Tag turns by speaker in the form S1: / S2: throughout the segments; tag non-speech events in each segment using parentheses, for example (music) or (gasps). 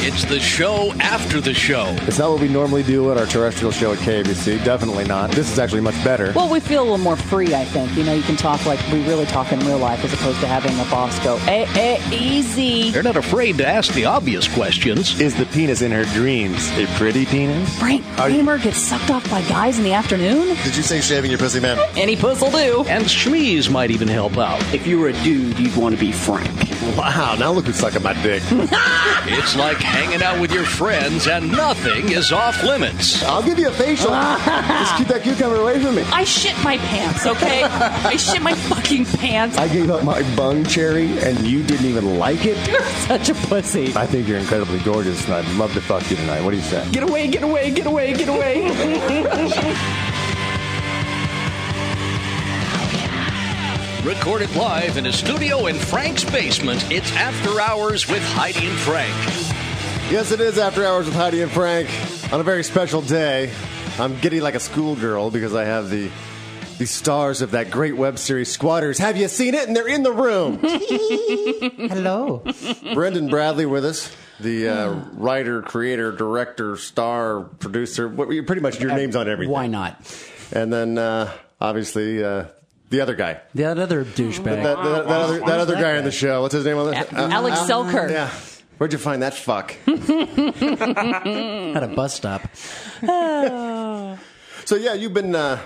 S1: It's the show after the show.
S2: It's not what we normally do at our terrestrial show at KABC. Definitely not. This is actually much better.
S3: Well, we feel a little more free, I think. You know, you can talk like we really talk in real life as opposed to having a boss go, eh, eh, easy.
S1: They're not afraid to ask the obvious questions.
S2: Is the penis in her dreams a pretty penis?
S3: Frank
S2: Are you-
S3: Kramer gets sucked off by guys in the afternoon?
S2: Did you say shaving your pussy, man?
S3: Any puss will do.
S1: And Schmees might even help out.
S4: If you were a dude, you'd want to be Frank.
S2: Wow, now look who's sucking my dick.
S1: It's like hanging out with your friends and nothing is off limits.
S2: (laughs) I'll give you a (laughs) facial. Just keep that cucumber away from me.
S3: I shit my pants, (laughs) okay? I shit my fucking pants.
S2: I gave up my bung cherry and you didn't even like it?
S3: You're such a pussy.
S2: I think you're incredibly gorgeous and I'd love to fuck you tonight. What do you say?
S4: Get away, get away, get away, get away.
S1: Recorded live in a studio in Frank's basement, it's After Hours with Heidi and Frank.
S2: Yes, it is After Hours with Heidi and Frank on a very special day. I'm getting like a schoolgirl because I have the the stars of that great web series Squatters. Have you seen it? And they're in the room.
S5: (laughs) Hello.
S2: Brendan Bradley with us, the uh, writer, creator, director, star, producer. What, you- pretty much your name's on everything.
S5: Uh, Why not?
S2: And then uh, obviously uh, the other guy,
S5: That other douchebag.
S2: that, that, that other, that other guy on the show. What's his name on the uh,
S3: Alex Selker.
S2: Yeah. Where'd you find that fuck?
S5: at a bus stop.
S2: So yeah, you've been. Uh,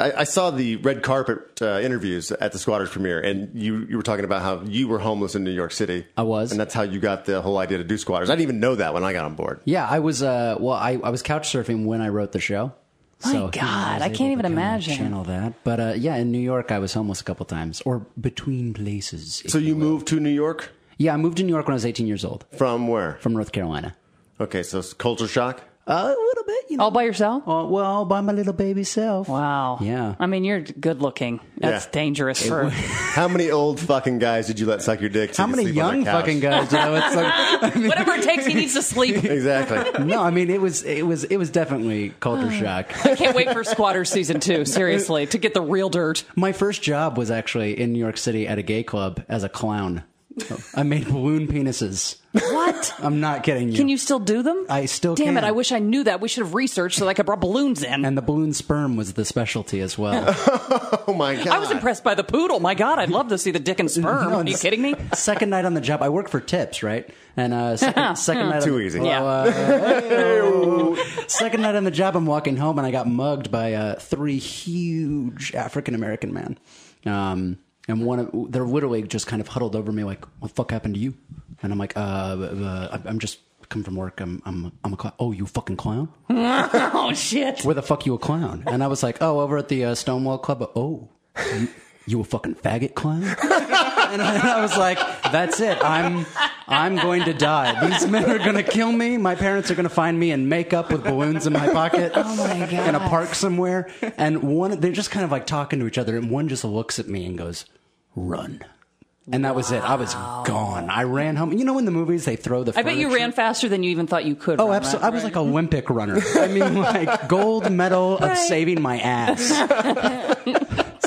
S2: I, I saw the red carpet uh, interviews at the Squatters premiere, and you you were talking about how you were homeless in New York City.
S5: I was.
S2: and that's how you got the whole idea to do Squatters. I didn't even know that when I got on board.
S5: Yeah, I was. Uh, well, I, I was couch surfing when I wrote the show.
S3: My
S5: So, you know,
S3: God,
S5: was
S3: I can't
S5: able to
S3: even
S5: kinda
S3: imagine.
S5: Channel that, but uh, yeah, in New York, I was homeless a couple times, or between places.
S2: So you moved to New York
S5: yeah, I moved to New York when I was 18 years old
S2: from where?
S5: from North Carolina.
S2: Okay, so it's culture shock.
S5: Uh, a little bit, you know.
S3: (laughs) All by yourself?
S5: Uh, well, by my little baby self.
S3: Oh, Wow.
S5: Yeah.
S3: I mean, you're good looking. That's
S2: Yeah.
S3: dangerous for. (laughs)
S2: How many old fucking guys did you let suck your dick? so
S5: How
S2: you could
S5: many
S2: sleep on
S5: young
S2: their couch?
S5: fucking guys? You know, it's like,
S3: Whatever it takes, he needs to (laughs) sleep.
S2: Exactly.
S5: (laughs) no, I mean, it was, it was, it was definitely (sighs) culture shock. (laughs)
S3: I can't wait for Squatter season two, seriously, to get the real dirt.
S5: My first job was actually in New York City at a gay club as a clown. I made balloon penises.
S3: What?
S5: I'm not kidding you.
S3: Can you still do them?
S5: I still
S3: Damn
S5: can.
S3: it, I wish I knew that. We should have researched so that I could brought balloons in.
S5: And the balloon sperm was the specialty as well.
S2: Oh my god.
S3: I was impressed by the poodle. My God, I'd love to see the dick and sperm.
S5: (laughs) No,
S3: Are you
S5: it's-
S3: kidding me?
S5: second night on the job, I work for tips, right? And uh, second, second night,
S2: Too
S5: on,
S2: easy.
S5: Well,
S2: (laughs)
S5: uh, (laughs) hey-oh. second night on the job, I'm walking home and I got mugged by uh, three huge African American men. Um, and one of they're literally just kind of huddled over me, like, "What the fuck happened to you?" And I'm like, uh, uh, I'm- "I'm just come from work. I'm I'm I'm a clown. Oh, you fucking clown."
S3: Oh, shit.
S5: where the fuck you a clown? And I was like, oh, over at the uh, Stonewall Club. Oh, you, you a fucking faggot clown? (laughs) and I, I was like, that's it. I'm I'm going to die. These men are going to kill me. My parents are going to find me in makeup with balloons in my pocket. Oh my god! In a park somewhere. And one, they're just kind of like talking to each other, and one just looks at me and goes, run. And that was it. I was gone. I ran home. You know, in the movies, they throw the.
S3: I bet you ran faster than you even thought you could.
S5: Oh, absolutely! I was like Olympic runner. I mean, like gold medal of saving my ass.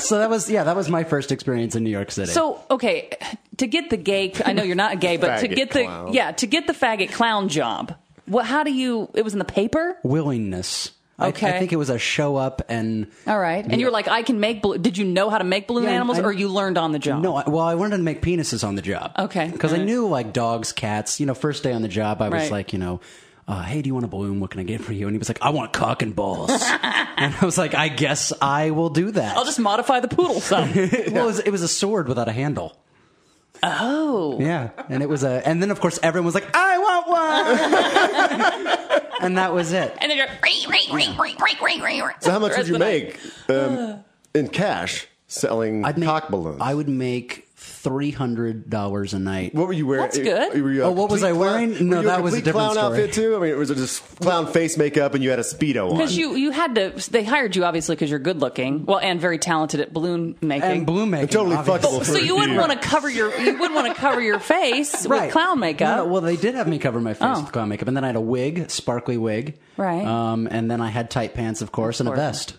S3: (laughs)
S5: so that was yeah, that was my first experience in New York City.
S3: So okay, to get the gay, I know you're not gay, but to
S2: Faggot
S3: get the
S2: clown.
S3: yeah, to get the faggot clown job. What? How do you? It was in the paper.
S5: willingness. I- I,
S3: Okay.
S5: think it was a show up and
S3: All right, and you were like, I can make. Blue. Did you know how to make balloon
S5: Yeah,
S3: animals,
S5: I-
S3: or you learned on the job?
S5: no. I, well, I wanted to make penises on the job.
S3: Okay.
S5: because I knew like dogs, cats. You know, first day on the job, I was
S3: Right.
S5: like, you know. Uh, hey, do you want a balloon? What can I get for you? And he was like, I want cock and balls. (laughs) and I was like, I guess I will do that.
S3: I'll just modify the poodle
S5: (laughs)
S3: some.
S5: Well, it was, it was a sword without a handle. Oh. Yeah. And it was a, and then of course everyone was like, I want one. (laughs) and that was it.
S3: and then you're ring, ring, ring, ring, ring, ring, ring, ring.
S2: So how much would
S3: The rest
S2: you
S3: of the night.
S2: make um, in cash selling
S5: make-
S2: cock balloons?
S5: I would make $300 a night.
S2: What were you wearing?
S3: That's good.
S2: Were you a
S5: Oh, what was
S2: complete
S5: I wearing?
S2: Clown,
S5: No,
S2: were you
S5: that was a
S2: complete
S5: different
S2: clown
S5: story.
S2: outfit too. I mean, it was it just clown face makeup and you had a speedo on?
S3: Because you, you had to, they hired you obviously because you're good looking, well, and very talented at balloon making.
S5: and balloon making.
S2: Totally
S5: obviously.
S2: fuckable
S3: Oh, so you wouldn't want to cover your, you wouldn't want to cover your face
S5: Right.
S3: with clown makeup.
S5: No, no, well, they did have me cover my face
S3: Oh.
S5: with clown makeup. And then I had a wig, sparkly wig.
S3: Right.
S5: Um, and then I had tight pants, of course, and a vest.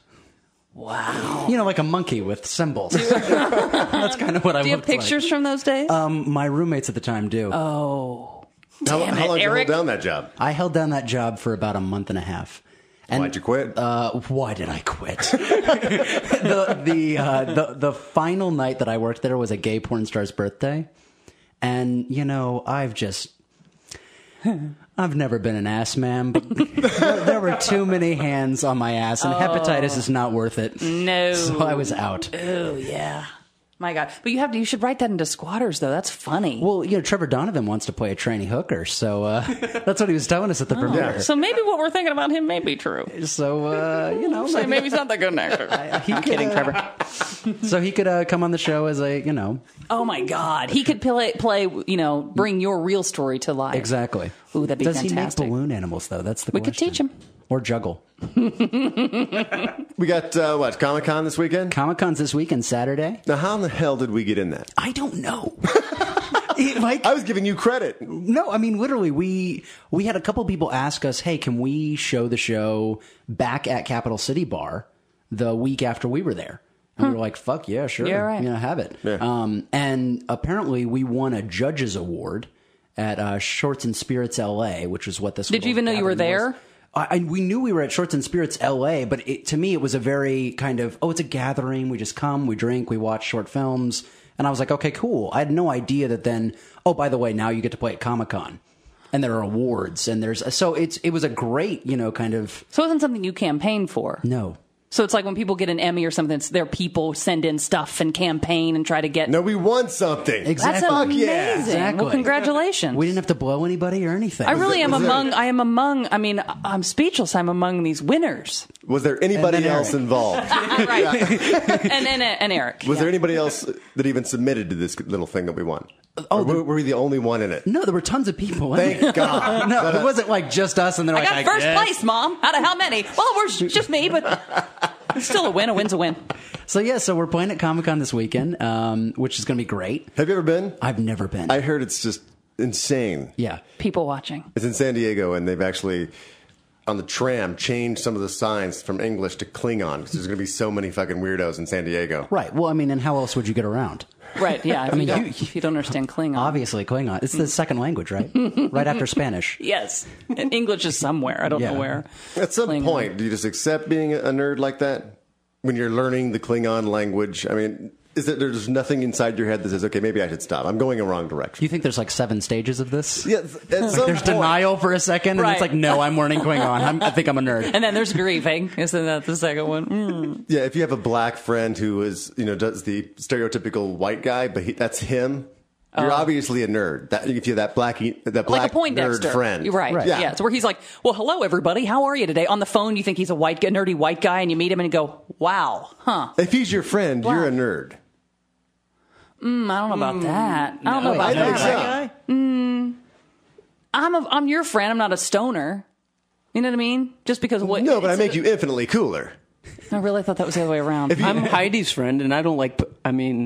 S3: wow.
S5: You know, like a monkey with
S3: (laughs)
S5: symbols. That's kind of what I
S3: Do you have
S5: looked like.
S3: Oh, pictures from those days?
S5: Um, my roommates at the time do.
S3: oh.
S2: how,
S3: Damn
S2: how
S3: it,
S2: long did you hold
S3: Eric.
S2: down that job?
S5: I held down that job for about a month and a half. And
S2: Why'd you quit?
S5: Uh, why did I quit? (laughs) the the, uh, the the final night that I worked there was a gay porn star's birthday, and you know I've just I've never been an ass man, but (laughs) there were too many hands on my ass, and hepatitis is not worth it.
S3: No.
S5: So I was out.
S3: Oh yeah. My God. But you have to, you should write that into squatters though. That's funny.
S5: Well, you know Trevor Donovan wants to play a tranny hooker, so uh, (laughs) that's what he was telling us
S6: Oh.
S5: at the premiere.
S2: Yeah.
S6: So maybe what we're thinking about him may be true.
S5: So uh, you know,
S6: So maybe he's not that good an actor.
S5: (laughs) he could,
S3: Kidding,
S5: uh,
S3: Trevor.
S5: So he could uh, come on the show as a you know
S3: Oh my God. He could play, play, you know, bring your real story to life.
S5: Exactly.
S3: Ooh, that'd be
S5: Does
S3: fantastic.
S5: he make balloon animals though? That's the
S3: We could
S5: question.
S3: teach him.
S5: or juggle.
S2: we got uh, what Comic Con this weekend.
S5: Comic Con's this weekend, Saturday.
S2: Now, how in the hell did we get in that?
S5: I
S3: (laughs)
S5: don't (laughs) know. like
S2: I was giving you credit.
S5: no, I mean literally, we we had a couple people ask us, "Hey, can we show the show back at Capital City Bar the week after we were there?" And we were like, "Fuck yeah, sure,
S3: Hmm. Yeah, right.
S5: you know, have it."
S2: Yeah.
S5: Um, and apparently, we won a judges award at uh, Shorts and Spirits LA, which was what this.
S3: Did you
S5: little
S3: even know you were
S5: gathering was.
S3: there?
S5: I, I, we knew we were at Shorts and Spirits LA, but it, to me, it was a very kind of, oh, it's a gathering. We just come, we drink, we watch short films. And I was like, okay, cool. I had no idea that then, oh, by the way, now you get to play at Comic Con. And there are awards, and there's so it's it was a great you know kind of
S3: So it wasn't something you campaigned for.
S5: no
S3: So it's like when people get an Emmy or something, it's their people send in stuff and campaign and try to get.
S2: No, we won something.
S5: Exactly.
S3: That's
S5: Fuck
S3: amazing.
S2: yeah.
S5: Exactly.
S3: Well, congratulations.
S5: we didn't have to blow anybody or anything.
S3: I really am
S2: was it-
S3: among. I am among. I mean, I- I'm speechless. I'm among these winners.
S2: Was there anybody
S5: And then Eric.
S2: else involved?
S5: (laughs)
S3: right. and, and and Eric.
S2: Was there anybody else that even submitted to this little thing that we won?
S5: Oh,
S2: Or were,
S5: the-
S2: were we the only one in it?
S5: no, there were tons of people.
S2: Thank God.
S5: (laughs) no,
S2: That-
S5: it wasn't like just us, and they're
S3: I got
S5: like,
S3: first
S5: guess.
S3: place, Mom. Out of how many? Well, we're just me, but still a win. A win's a win.
S5: So yeah, so we're playing at Comic Con this weekend, um, which is going to be great.
S2: Have you ever been?
S5: I've never been.
S2: I heard it's just insane.
S5: yeah,
S3: People watching.
S2: It's in San Diego, and they've actually on the tram changed some of the signs from English to Klingon because there's going to be so many fucking weirdos in San Diego.
S5: right. Well, I mean, and how else would you get around?
S3: Right. Yeah. I
S5: mean,
S3: mean, you,
S5: you-
S3: if you don't understand Klingon.
S5: Obviously, Klingon. It's the second language, (laughs) right? right after Spanish.
S3: Yes. And English is somewhere. I don't
S5: Yeah.
S3: know where.
S2: At some
S3: Klingon.
S2: point, do you just accept being a nerd like that when you're learning the Klingon language? I mean, is that there's nothing inside your head that says, "Okay, maybe I should stop. I'm going a wrong direction."
S5: You think there's like seven stages of this?
S2: yeah, th- at some
S5: There's
S2: point,
S5: denial for a second, and
S3: Right.
S5: it's like, no, I'm learning Klingon. I'm, I think I'm a nerd.
S3: And then there's grieving. Isn't that the second one? Mm.
S2: Yeah, if you have a black friend who is, you know, does the stereotypical white guy, but he, that's him. You're obviously a nerd. That if you have that black, that black
S3: Oh. Like a
S2: nerd
S3: Poindexter.
S2: friend,
S3: Right.
S5: Right.
S3: Yeah. It's where he's like, well, hello, everybody. How are you today? On the phone, you think he's a white, a nerdy white guy, and you meet him and you go, wow, huh.
S2: If he's your friend, you're a nerd.
S3: Hmm, I don't know about that. I don't know about
S2: I
S3: that.
S2: think so.
S3: I'm, a, I'm your friend. I'm not a stoner. You know what I mean? Just because of what?
S2: No, but I
S3: it's-
S2: make you infinitely cooler.
S3: I really thought that was the other way around.
S6: I'm Heidi's friend, and I don't like. p- I mean,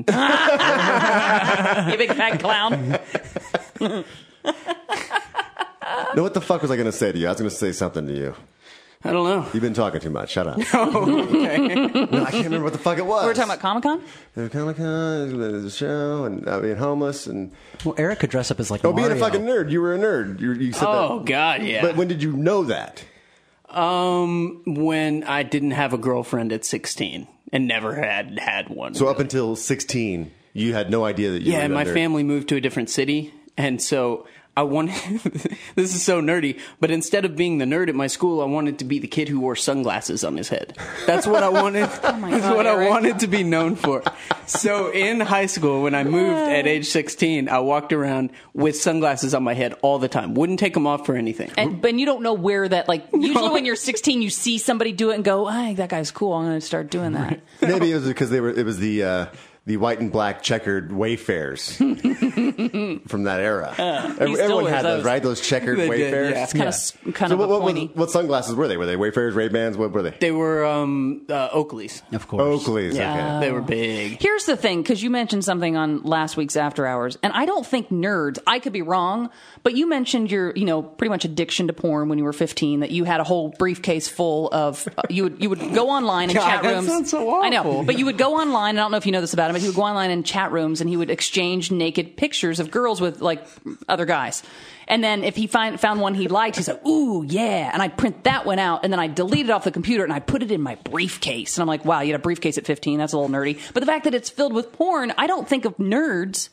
S3: you big fat
S2: (laughs)
S3: clown.
S2: No, what the fuck was I going to say to you? I was going to say something to you.
S6: I don't know.
S2: (laughs) You've been talking too much. Shut
S6: (laughs)
S2: up.
S6: okay.
S2: (laughs) no, I can't remember what the fuck it was.
S3: We're talking about Comic Con.
S2: Comic Con, the show, and uh, being homeless, and
S5: Well, Eric could dress up as like
S2: oh, being a
S5: Mario.
S2: fucking nerd. You were a nerd. You, you said
S6: Oh
S2: that.
S6: God, yeah.
S2: But when did you know that?
S6: um, when I didn't have a girlfriend at 16 and never had had one.
S2: So up until 16, you had no idea that you
S6: yeah,
S2: were a
S6: my
S2: nerd.
S6: family moved to a different city, and so I wanted. (laughs) this is so nerdy, but instead of being the nerd at my school, I wanted to be the kid who wore sunglasses on his head. That's what
S3: (laughs)
S6: I wanted. that's
S3: Oh God,
S6: what
S3: Eric.
S6: I wanted to be known for. so in high school, when I moved at age sixteen, I walked around with sunglasses on my head all the time. Wouldn't take them off for anything.
S3: And but you don't know where that like
S2: (laughs)
S3: usually when you're 16 you see somebody do it and go, "Hey, that guy's cool. I'm going to start doing that."
S2: (laughs) Maybe it was because they were. It was the uh, the white and black checkered
S3: (laughs)
S2: Wayfarers from that era. Every-
S3: he Uh, still
S2: Everyone
S3: wears
S2: had those,
S3: those.
S2: right? Those checkered
S6: They did,
S2: Wayfarers.
S6: yeah.
S3: It's kind of kind
S2: So
S3: of a
S2: what, what,
S3: pointy.
S2: what, what sunglasses were they? Were they Wayfarers, Ray Bans? What were they?
S6: they were um, uh, Oakleys.
S5: of course.
S2: Oakleys. Okay.
S6: They were big.
S3: Here's the thing, because you mentioned something on last week's After Hours, and I don't think nerds. I could be wrong, but you mentioned your, you know, pretty much addiction to porn when you were 15. That you had a whole briefcase full of. uh, you would you would go online and
S6: (laughs) God,
S3: chat
S6: that
S3: rooms.
S6: sounds so
S3: I know,
S6: awful.
S3: but you would go online. and I don't know if you know this about him. it. He would go online in chat rooms and he would exchange naked pictures of girls with like other guys. And then if he find, found one he liked, he's like, "Ooh, yeah!" And I print that one out, and then I delete it off the computer and I put it in my briefcase. And I'm like, "Wow, you had a briefcase at 15? That's a little nerdy." But the fact that it's filled with porn, I don't think of nerds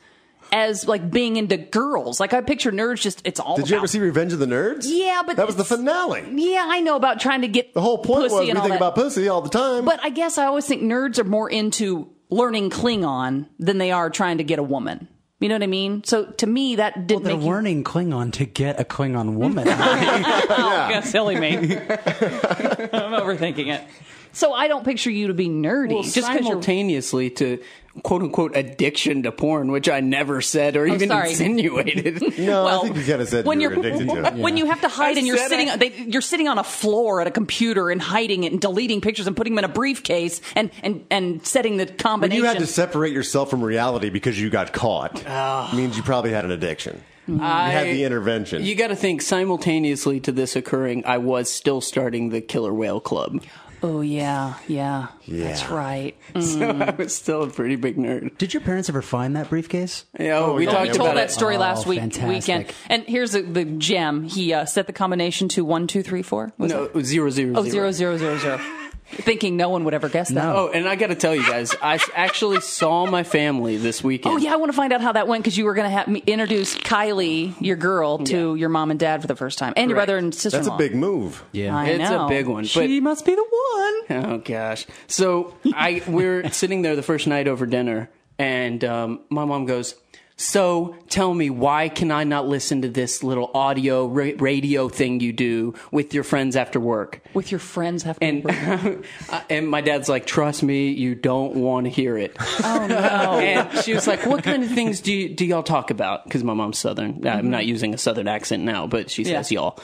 S3: as like being into girls. Like I picture nerds just it's all.
S2: Did you ever
S3: about-
S2: see Revenge of the Nerds?
S3: Yeah, but
S2: that was the
S3: it's-
S2: finale.
S3: Yeah, I know about trying to get
S2: The whole point
S3: pussy
S2: was
S3: and
S2: we
S3: all
S2: think
S3: that.
S2: about pussy all the time.
S3: But I guess I always think nerds are more into learning Klingon than they are trying to get a woman. You know what I mean? So to me, that didn't
S5: They're
S3: make you-
S5: learning Klingon to get a Klingon woman. (laughs)
S3: Oh, yeah. (laughs) silly me. I'm overthinking it. So I don't picture you to be nerdy.
S6: Well,
S3: just 'cause (laughs) you're
S6: simultaneously to quote unquote addiction to porn, which I never said or even
S3: sorry.
S6: insinuated.
S2: no, I
S3: well,
S2: think you kind of said
S3: when
S2: you were
S3: you're
S2: addicted to it.
S3: (laughs) when you have to hide
S6: I
S3: and you're
S6: said
S3: sitting
S6: I-
S3: they, you're sitting on a floor at a computer and hiding it and deleting pictures and putting them in a briefcase and and and setting the
S2: When
S3: combination.
S2: you had to separate yourself from reality because you got
S3: (sighs)
S2: caught,
S3: Ah.
S2: means you probably had an addiction. you had the intervention.
S6: You got to think simultaneously to this occurring, I was still starting the Killer Whale Club. (laughs)
S3: oh yeah, yeah,
S2: Yeah.
S3: that's right.
S6: So I was still a pretty big nerd.
S5: Did your parents ever find that briefcase?
S6: You know, we
S2: yeah,
S6: talked
S2: we
S3: told
S6: about
S3: that
S6: it.
S3: story
S5: Oh,
S3: last week
S5: fantastic.
S3: weekend. And here's the, the gem. He uh, set the combination to one, two, three, four. Was
S6: No,
S3: it?
S6: it was zero, zero,
S3: Oh,
S6: zero.
S3: zero, zero, zero,
S6: (laughs)
S3: zero. Thinking no one would ever guess that.
S5: No.
S6: Oh, and I got to tell you guys, I s- actually saw my family this weekend.
S3: Oh yeah, I want to find out how that went because you were going to have me introduce Kylie, your girl, to your mom and dad for the first time, and your
S6: Correct.
S3: brother and sister.
S2: That's a big move.
S5: Yeah.
S3: I
S6: It's a
S3: know.
S6: big one,
S3: She
S6: but-
S3: must be the one.
S6: Oh gosh. So I we're sitting there the first night over dinner, and um, my mom goes, "So tell me, why can I not listen to this little audio ra- radio thing you do with your friends after work?"
S3: With your friends, have to.
S6: And I- and my dad's like, "Trust me, you don't want to hear it."
S3: (laughs) oh no.
S6: and she was like, "What kind of things do you, do y'all talk about?" Because my mom's Southern. I'm not using a Southern accent now, but she says
S3: Mm-hmm. Yeah.
S6: y'all.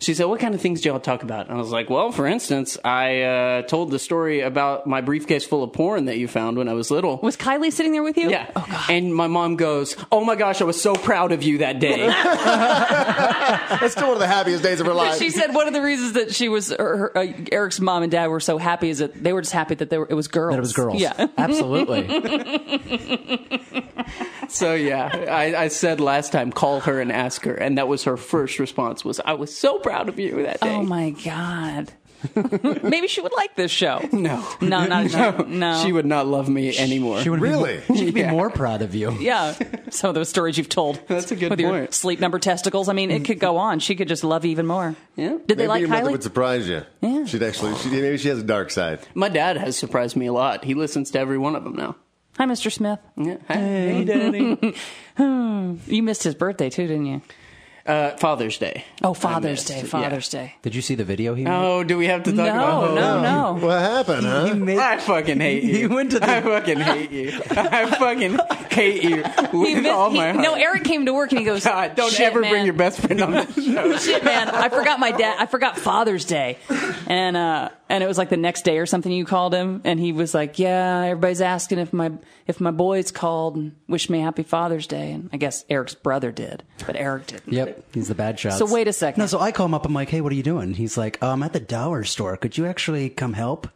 S6: She said, "What kind of things do y'all talk about?" And I was like, "Well, for instance, I uh, told the story about my briefcase full of porn that you found when I was little."
S3: Was Oh, Kylie sitting there with you?
S6: yeah. And my mom goes, "Oh my gosh, I was so proud of you that day."
S3: (laughs)
S2: That's still one of the happiest days of her life.
S3: (laughs) She said one of the reasons that she was her, her, uh, Eric's mom and dad were so happy is that they were just happy that they were, it was girls.
S5: That it was girls.
S3: Yeah.
S5: (laughs) Absolutely.
S6: so yeah, I, I said last time, call her and ask her, and that was her first response was, "I was so proud of you that day."
S3: Oh my god. (laughs) Maybe she would like this show.
S6: (laughs) No.
S3: No, not no. no.
S6: She would not love me anymore.
S5: She would be-
S2: Really?
S5: she could be more proud of you.
S3: Yeah, some of those stories you've told.
S6: (laughs) That's a good
S3: with your
S6: point.
S3: sleep number testicles. I mean, it could go on. She could just love you even more.
S6: Yeah.
S3: Did
S2: Maybe
S3: they like
S2: your mother
S3: Kylie?
S2: would surprise you.
S3: Yeah.
S2: She'd actually, she, maybe she has a dark side.
S6: My dad has surprised me a lot. He listens to every one of them now.
S3: Hi, Mr. Smith. Hmm.
S6: Yeah. Hey, Daddy.
S3: (laughs) You missed his birthday too, didn't you?
S6: uh, Father's Day.
S3: Oh,
S6: I
S3: Father's
S6: missed,
S3: Day.
S6: yeah.
S3: Father's Day.
S5: Did you see the video he
S6: Oh, do we have to talk about
S3: No, Oh, no,
S6: (laughs)
S3: no.
S2: Oh. What
S3: (laughs)
S2: happened, huh?
S5: made? He made
S6: I fucking hate you.
S5: He went to the-
S6: I fucking
S3: (laughs)
S6: hate you. I fucking hate you with
S3: He missed-
S6: all
S3: he-
S6: my heart.
S3: no, Eric came to work and he goes,
S6: God, don't
S3: "Shit,
S6: ever
S3: man.
S6: bring your best friend on
S3: (laughs)
S6: this show.
S3: Shit, man! I forgot my dad. I forgot Father's Day, and uh, and it was like the next day or something. You called him, and he was like, "Yeah, everybody's asking if my if my boys called and wished me Happy Father's Day." And I guess Eric's brother did, but Eric didn't.
S5: Yep, he's the bad shot.
S3: So wait a second.
S5: No, so I call him up. I'm like, hey, what are you doing? He's like, oh, I'm at the dollar store. Could you actually come help? And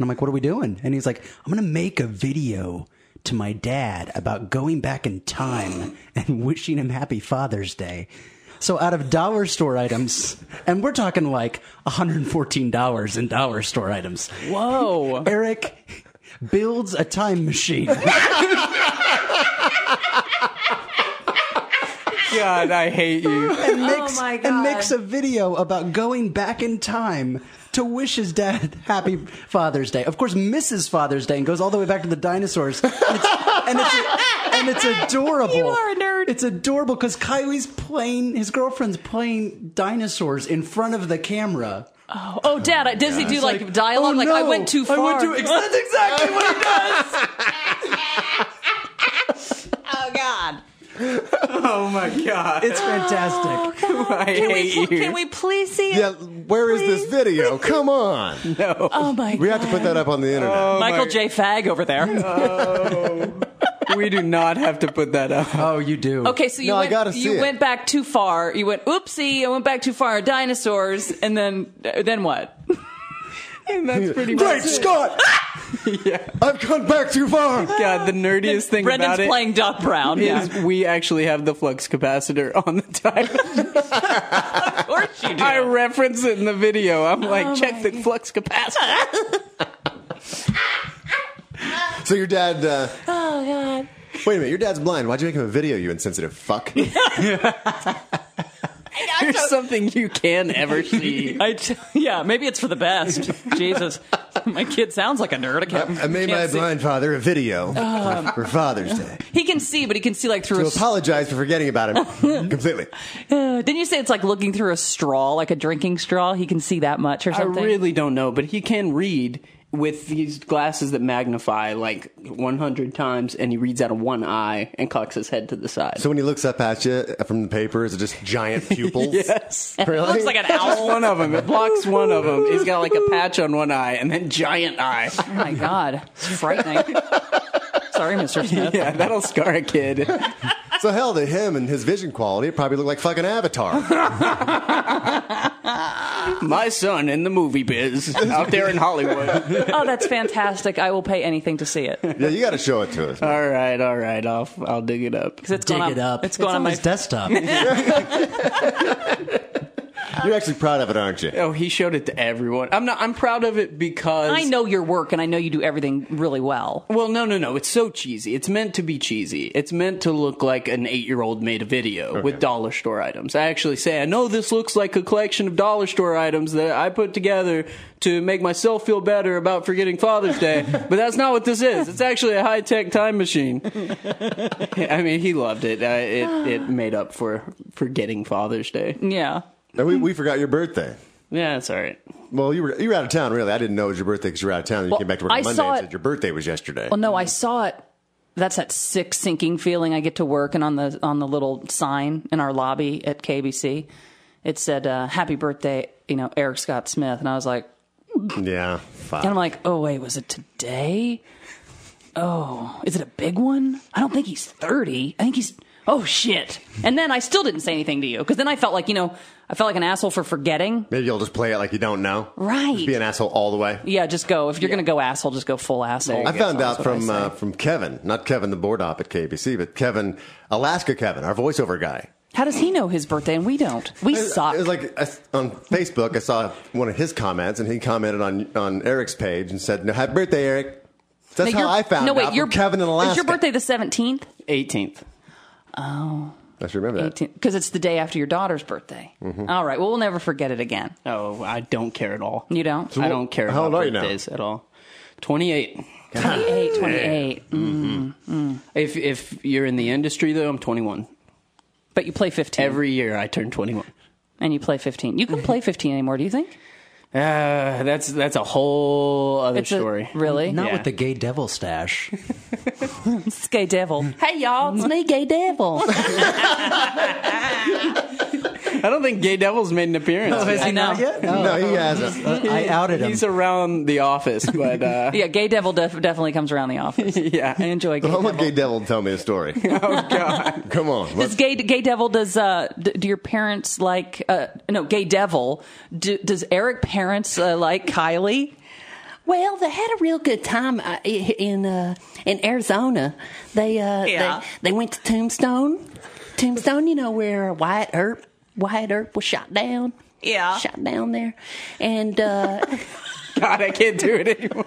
S5: I'm like, what are we doing? And he's like, I'm gonna make a video to my dad about going back in time (laughs) and wishing him happy Father's Day. So out of dollar store items, and we're talking like $114 in dollar store items.
S3: Whoa!
S5: Eric builds a time machine.
S6: God, I hate you.
S5: and makes,
S3: Oh my
S5: and
S3: God.
S5: makes a video about going back in time to wish his dad (laughs) happy Father's Day. Of course, misses Father's Day and goes all the way back to the dinosaurs. And it's, and it's, and it's adorable.
S3: (laughs) You are a nerd.
S5: It's adorable because Kylie's playing, his girlfriend's playing dinosaurs in front of the camera.
S3: Oh, Dad, I- does he do like,
S5: Like,
S3: dialogue?
S5: "Oh,
S3: like I
S5: no,
S3: went too far.
S5: I went too,
S3: (laughs)
S5: ex- that's exactly what he does.
S3: (laughs) oh God! Oh,
S6: Oh my God.
S5: It's fantastic.
S2: (laughs)
S6: I
S3: Can
S6: hate
S3: we,
S6: you.
S3: can we please see it?
S2: Yeah, where is this video? Come on.
S3: Oh my
S2: We
S3: God!
S2: have to put that up on
S3: (laughs) Oh.
S2: the oh, internet.
S3: Michael J. Fag over there.
S6: we do not have to put that up.
S5: Oh, you do.
S3: Okay, so you
S2: No, I
S3: went,
S2: gotta see
S3: you
S2: it.
S3: went back too far. You went, oopsie, I went back too far. Dinosaurs, and then then what?
S6: And that's pretty
S2: Great Scott! I've gone back too
S3: (laughs)
S2: far.
S6: God, the nerdiest thing
S3: Brendan's
S6: about it
S3: playing Doc Brown. Yeah.
S6: is we actually have the flux capacitor on the title.
S3: (laughs) Of course you do.
S6: I reference it in the video. I'm like,
S3: Oh
S6: check
S3: my
S6: the flux capacitor.
S3: (laughs)
S2: So your dad. Uh, oh God. Wait a minute. Your dad's blind. Why'd you make him a video? You insensitive
S3: (laughs)
S2: fuck.
S6: Here's something you can ever see.
S3: I t- yeah, maybe it's for the best. Jesus, my kid sounds like a nerd. I, can't,
S2: I made
S3: can't
S2: my
S3: see. Oh.
S2: blind father a video for Father's
S3: (laughs)
S2: Day
S3: He can see, but he can see like through
S2: to
S3: a. s-
S2: apologize for forgetting about
S3: (laughs)
S2: him completely.
S3: Uh, didn't you say it's like looking through a straw, like a drinking straw? He can see that much or
S6: I
S3: something.
S6: really don't know, but he can read with these glasses that magnify like 100 times, and he reads out of one eye and cocks his head to the side.
S2: So when he looks up at you uh, from the paper, is it just giant
S3: (laughs)
S2: pupils?
S6: yes.
S2: Really?
S3: looks like an owl.
S6: one of them. It blocks one of them. He's got like a patch on one eye and then giant eye.
S3: Oh my god, it's frightening. Sorry, Mr. Smith.
S6: (laughs) Yeah, that'll scar a kid.
S2: So hell to him and his vision quality, it probably looked like fucking
S3: (laughs)
S2: Avatar.
S6: My son in the movie biz out there in (laughs) Hollywood.
S3: Oh, that's fantastic. I will pay anything to see it because
S2: yeah, you got to show it to us.
S6: All right, all right. I'll I'll dig it up.
S3: it's
S5: Dig
S3: going on,
S5: it up.
S3: It's going
S5: on,
S3: on, my
S5: his desktop. (laughs)
S2: You're actually proud of it, aren't you?
S6: Oh, he showed it to everyone. I'm not. I'm proud of it because
S3: I know your work, and I know you do everything really well.
S6: Well, no, no, no. It's so cheesy. It's meant to be cheesy. It's meant to look like an eight-year-old made a video with dollar store items. I actually say, I know this looks like a collection of dollar store items that I put together to make myself feel better about forgetting
S2: (laughs)
S6: Father's Day, but that's not what this is. It's actually a high-tech time machine. I mean, he loved it. Uh, it it made up for forgetting Father's Day.
S3: Yeah.
S2: And we, we forgot your birthday.
S6: Yeah, that's all right.
S2: Well, you were you were out of town, really. I didn't know it was your birthday because you were out of town. And you
S3: Well,
S2: came back to work on
S3: I
S2: Monday
S3: saw
S2: and
S3: it-
S2: said your birthday was yesterday.
S3: Well, no, I saw it. That's that sick sinking feeling I get to work, and on the on the little sign in our lobby at KBC, it said uh, "Happy Birthday," you know, Eric Scott Smith, and I was like,
S2: yeah, fuck.
S3: and I'm like, oh wait, was it today? Oh, is it a big one? I don't think he's 30. I think he's oh shit. And then I still didn't say anything to you because then I felt like you know I felt like an asshole for forgetting.
S2: Maybe you'll just play it like you don't know.
S3: Right.
S2: Just be an asshole all the way.
S3: Yeah, just go if you're gonna go asshole, just go full asshole.
S2: I found out from uh, from Kevin, not Kevin the board op at KBC, but Kevin, Alaska Kevin, our voiceover guy.
S3: How does he know his birthday and we don't? We suck.
S2: It was like I, on Facebook, I saw one of his comments, and he commented on on Eric's page and said, "No, happy birthday, Eric." So that's
S3: Now,
S2: how
S3: your-
S2: I found
S3: no, wait,
S2: out
S3: your,
S2: from Kevin in Alaska.
S3: Is your birthday the 17th?
S6: 18th.
S2: I should remember that.
S3: Because it's the day after your daughter's birthday.
S2: Mm-hmm.
S3: All right. Well, we'll never forget it again.
S6: Oh, I don't care at all.
S3: You don't?
S6: I don't care
S2: how
S6: about
S2: old are you now?
S6: birthdays at all. 28.
S3: 28, 28. Mm.
S6: If if you're in the industry though, I'm 21.
S3: But you play 15.
S6: Every year I turn 21.
S3: and you play 15. You can play 15 anymore, do you think?
S6: Uh, that's that's a whole other
S3: a-
S6: story.
S3: really?
S5: Not
S6: Yeah.
S5: with the gay devil stash.
S3: It's gay devil. Hey, y'all. It's me, gay devil.
S6: (laughs) I don't think Gay Devil's made an appearance.
S3: I know.
S2: No, he hasn't.
S5: Uh,
S2: (laughs)
S5: I outed
S6: (laughs)
S5: him.
S6: He's around the office, but uh,
S3: (laughs) Yeah, gay devil def- definitely comes around the office.
S6: (laughs) yeah.
S3: I enjoy gay
S2: I
S3: devil.
S2: want Gay Devil to tell me a story. (laughs) oh God! Come on.
S3: Does
S2: Let's,
S3: gay gay devil does uh d- do your parents like uh no gay devil do, does Eric parents uh, like Kylie?
S7: Well, they had a real good time uh, i- in uh, in Arizona. They, uh,
S3: Yeah.
S7: they they went to Tombstone, Tombstone. You know where Wyatt Earp Wyatt Earp was shot down.
S3: Yeah.
S7: shot down there, and uh,
S6: God, I can't do it anymore.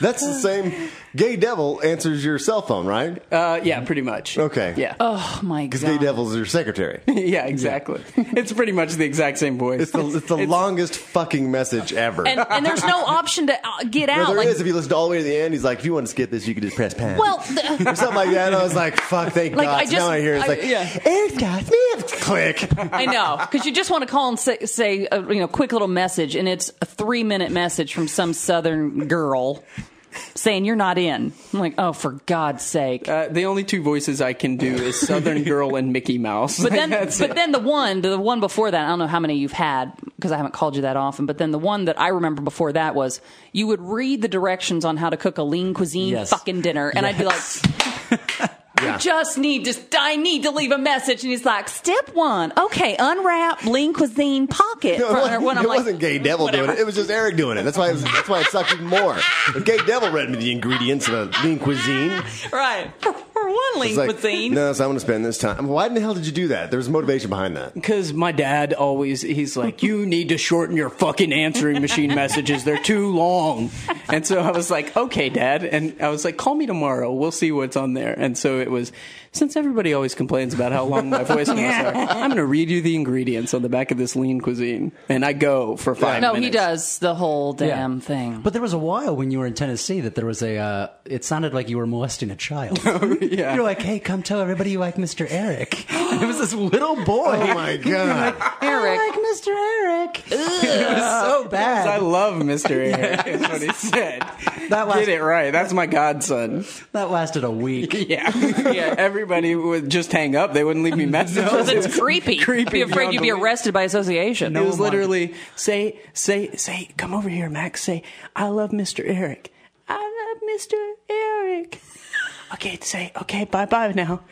S2: that's the same. Gay Devil answers your cell phone, right?
S6: Uh, yeah, pretty much.
S2: Okay.
S6: Yeah.
S3: Oh my god.
S2: Because Gay Devil's your (laughs) secretary.
S6: (laughs) yeah, exactly. It's pretty much the exact same voice.
S2: It's the, it's the longest fucking message ever.
S3: and, and
S2: (laughs)
S3: there's no option to uh, get
S2: No,
S3: out.
S2: there
S3: like,
S2: is. If you listen all the way to the end, he's like, if you want to skip this, you can just press pause.
S3: well,
S2: or
S3: th-
S2: something like that. And I was like, fuck, thank
S3: Like,
S2: God.
S3: I
S2: So
S3: just-
S2: now I hear it's
S3: I-
S2: like,
S3: yeah.
S2: it's got me.
S3: (laughs)
S2: Click.
S3: I know because you just want to call and say, say a, you know, quick little message, and it's a three minute message from some Southern girl saying you're not in. I'm like, oh, for God's sake.
S6: Uh, the only two voices I can do is
S2: (laughs)
S6: Southern Girl and Mickey Mouse.
S3: but then,
S6: That's
S3: but
S6: it.
S3: then the one, the one before that, I don't know how many you've had because I haven't called you that often. But then the one that I remember before that was you would read the directions on how to cook a lean cuisine
S5: Yes.
S3: fucking dinner, and I'd be like, I just need to. I need to leave a message." And he's like, "Step one, okay, unwrap lean cuisine pocket."
S2: No, it
S3: for
S2: wasn't,
S3: when I'm
S2: it
S3: like,
S2: wasn't Gay Devil doing it. It was just Eric doing it. That's why it was, that's why it sucked even more. If Gay Devil read me the ingredients of a lean cuisine,
S3: right for, for one lean
S2: it's like,
S3: cuisine.
S2: no, so I'm going to spend this time. I mean, why in the hell did you do that? There was motivation behind that.
S6: Because my dad always, he's like, you need to shorten your fucking answering machine messages. They're too long. And so I was like, okay, dad. And I was like, call me tomorrow. We'll see what's on there. And so it was, since everybody always complains about how long my voicemails are, I'm going to read you the ingredients on the back of this lean cuisine. And I go for five
S3: No,
S6: minutes.
S3: he does the whole damn thing. (laughs)
S5: But there was a while when you were in Tennessee that there was a. Uh, it sounded like you were molesting a child. (laughs)
S6: yeah.
S5: You're like, hey, come tell everybody you like Mr. Eric. And (gasps) it was this little (laughs) boy.
S2: Oh my god!
S5: Eric. I like Mr. Eric. (laughs) it was so bad.
S6: I love Mr. Eric. That's what he said.
S5: That last-
S6: Get it right. That's my godson.
S5: that lasted a (laughs) week.
S6: Yeah. (laughs) yeah. Everybody would just hang up. They wouldn't leave me messages.
S3: Because
S6: (laughs)
S3: it's creepy.
S6: Creepy
S3: Be afraid
S6: beyond
S3: you'd be
S6: belief.
S3: arrested by association.
S6: it was literally say, say, say, come over here, Max. Say, I love Mr. Eric. I love Mr. Eric. (laughs) okay, say, okay, bye bye now.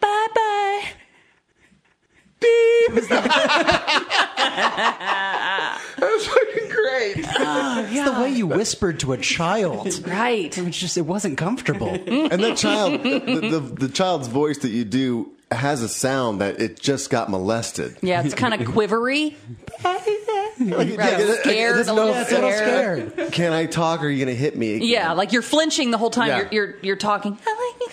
S6: Bye bye. Beep.
S5: It's the way you whispered to a (laughs) child.
S3: right.
S5: It was just, it wasn't comfortable.
S2: And that child, the, the, the child's voice that you do has a sound that it just got molested.
S3: Yeah, it's
S2: (laughs)
S3: kind of quivery.
S2: Like,
S3: Right,
S2: it- it- it-
S3: scared,
S2: there's
S3: a
S2: no-
S3: little
S2: it's not
S5: scared.
S2: Can I talk? Or are you going to hit me? again?
S3: Yeah, like you're flinching the whole time.
S2: Yeah.
S3: You're, you're you're talking. (laughs) I like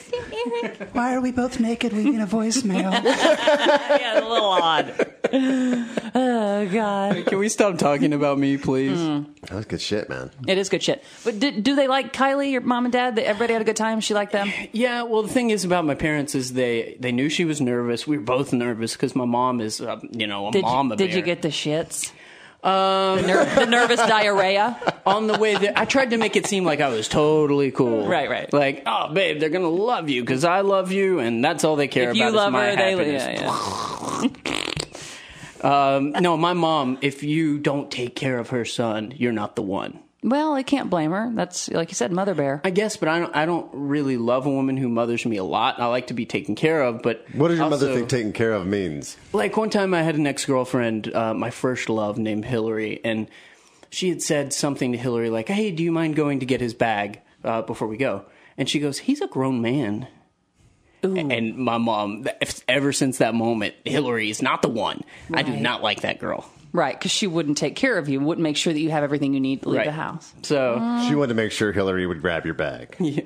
S3: Mr. Eric.
S5: (laughs) Why are we both naked leaving a voicemail?
S3: (laughs) yeah, a little odd. (laughs) Oh god,
S6: (laughs) Can we stop talking about me, please?
S2: that was good shit, man.
S3: it is good shit. But do, do they like Kylie? Your mom and dad? That everybody had a good time. She liked them.
S6: Yeah, well, the thing is about my parents is they they knew she was nervous. We were both nervous because my mom is, uh, you know, a
S3: Did
S6: mama.
S3: you, did you
S6: bear.
S3: get the shits? Um, the, ner- the
S6: (laughs)
S3: nervous diarrhea.
S6: on the way there, I tried to make it seem like I was totally cool.
S3: Right, right.
S6: Like, oh, babe, they're gonna love you because I love you, and that's all they care
S3: If
S6: about.
S3: you
S6: is
S3: love
S6: my
S3: her, they.
S6: happiness.
S3: Yeah, yeah.
S6: (laughs) Um, no, my mom. If you don't take care of her son, you're not the one.
S3: Well, I can't blame her. That's like you said, mother bear.
S6: I guess, but I don't. I don't really love a woman who mothers me a lot. I like to be taken care of, but
S2: What does your
S6: also,
S2: mother think taking care of means?
S6: like one time I had an ex girlfriend, uh, my first love, named Hillary, and she had said something to Hillary like, "Hey, do you mind going to get his bag uh, before we go?" And she goes, "He's a grown man." And my mom, th- if- ever since that moment, Hillary is not the one. I do not like that girl.
S3: Right, because she wouldn't take care of you, wouldn't make sure that you have everything you need to leave
S6: Right.
S3: the house.
S6: So
S2: She wanted to make sure Hillary would grab your bag. I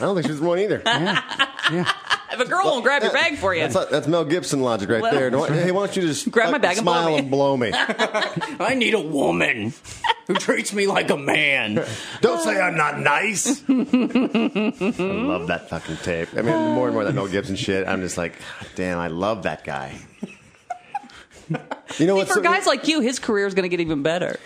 S2: don't think she was the one either.
S3: If a girl won't grab your bag for you,
S2: That's, that's Mel Gibson logic right there. Don't- hey, why don't you just
S3: Grab my
S2: fucking
S3: bag and blow
S2: smile
S3: me.
S2: and blow me?
S6: I need a woman (laughs) who treats me like a man.
S2: Don't say I'm not nice. (laughs) I love that fucking tape. I mean, more and more that Mel Gibson shit. I'm just like, "God damn, I love that guy. You know what?
S3: for guys like you, his career is going to get even better.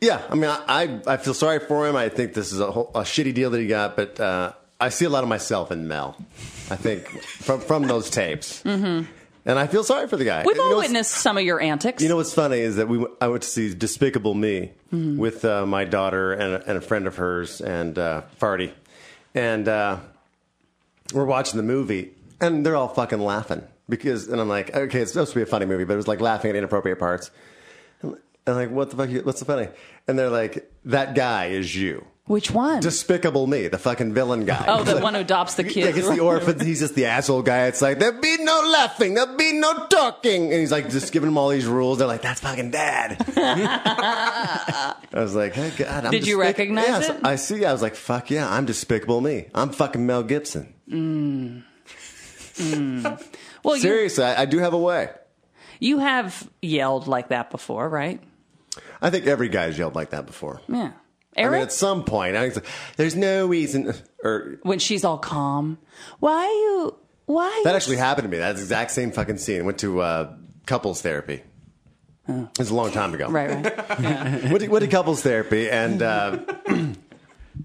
S2: yeah, I mean, I, I I feel sorry for him. I think this is a, whole, a shitty deal that he got, but uh, I see a lot of myself in Mel. I think from from those tapes, mm-hmm. and I feel sorry for the guy.
S3: We've
S2: You know
S3: all
S2: what's-
S3: witnessed some of your antics.
S2: You know what's funny is that we went- I went to see Despicable Me with uh, my daughter and a, and a friend of hers and uh, Farty, and uh, we're watching the movie and they're all fucking laughing because and I'm like, okay, it's supposed to be a funny movie, but it was like laughing at inappropriate parts. And I'm like, what the fuck? you- What's so funny? And they're like, that guy is you.
S3: which one?
S2: Despicable Me, the fucking villain guy.
S3: oh, the one who adopts the
S2: Yeah,
S3: kids.
S2: it's the orphan. He's just the asshole guy. It's like there'll be no laughing, there'll be no talking, and he's like just giving them all these rules. They're like, "That's fucking dad." (laughs) I was like, "Hey God!" I'm
S3: Did you
S2: despic-
S3: recognize
S2: Yes,
S3: it?
S2: I see. I was like, "Fuck yeah!" I'm despicable me. I'm fucking Mel Gibson.
S3: well, you,
S2: Seriously, I, I do have a way.
S3: you have yelled like that before, right?
S2: I think every guy's yelled like that before.
S3: Yeah.
S2: I
S3: Eric,
S2: mean, at some point, I think there's no reason. Or
S3: when she's all calm, why are you? Why? are
S2: that
S3: you-
S2: actually happened to me. That's the exact same fucking scene. Went to uh, couples therapy. It was a long time ago. (laughs)
S3: Oh. Right, right.
S2: went to, went to couples therapy (clears throat) and uh,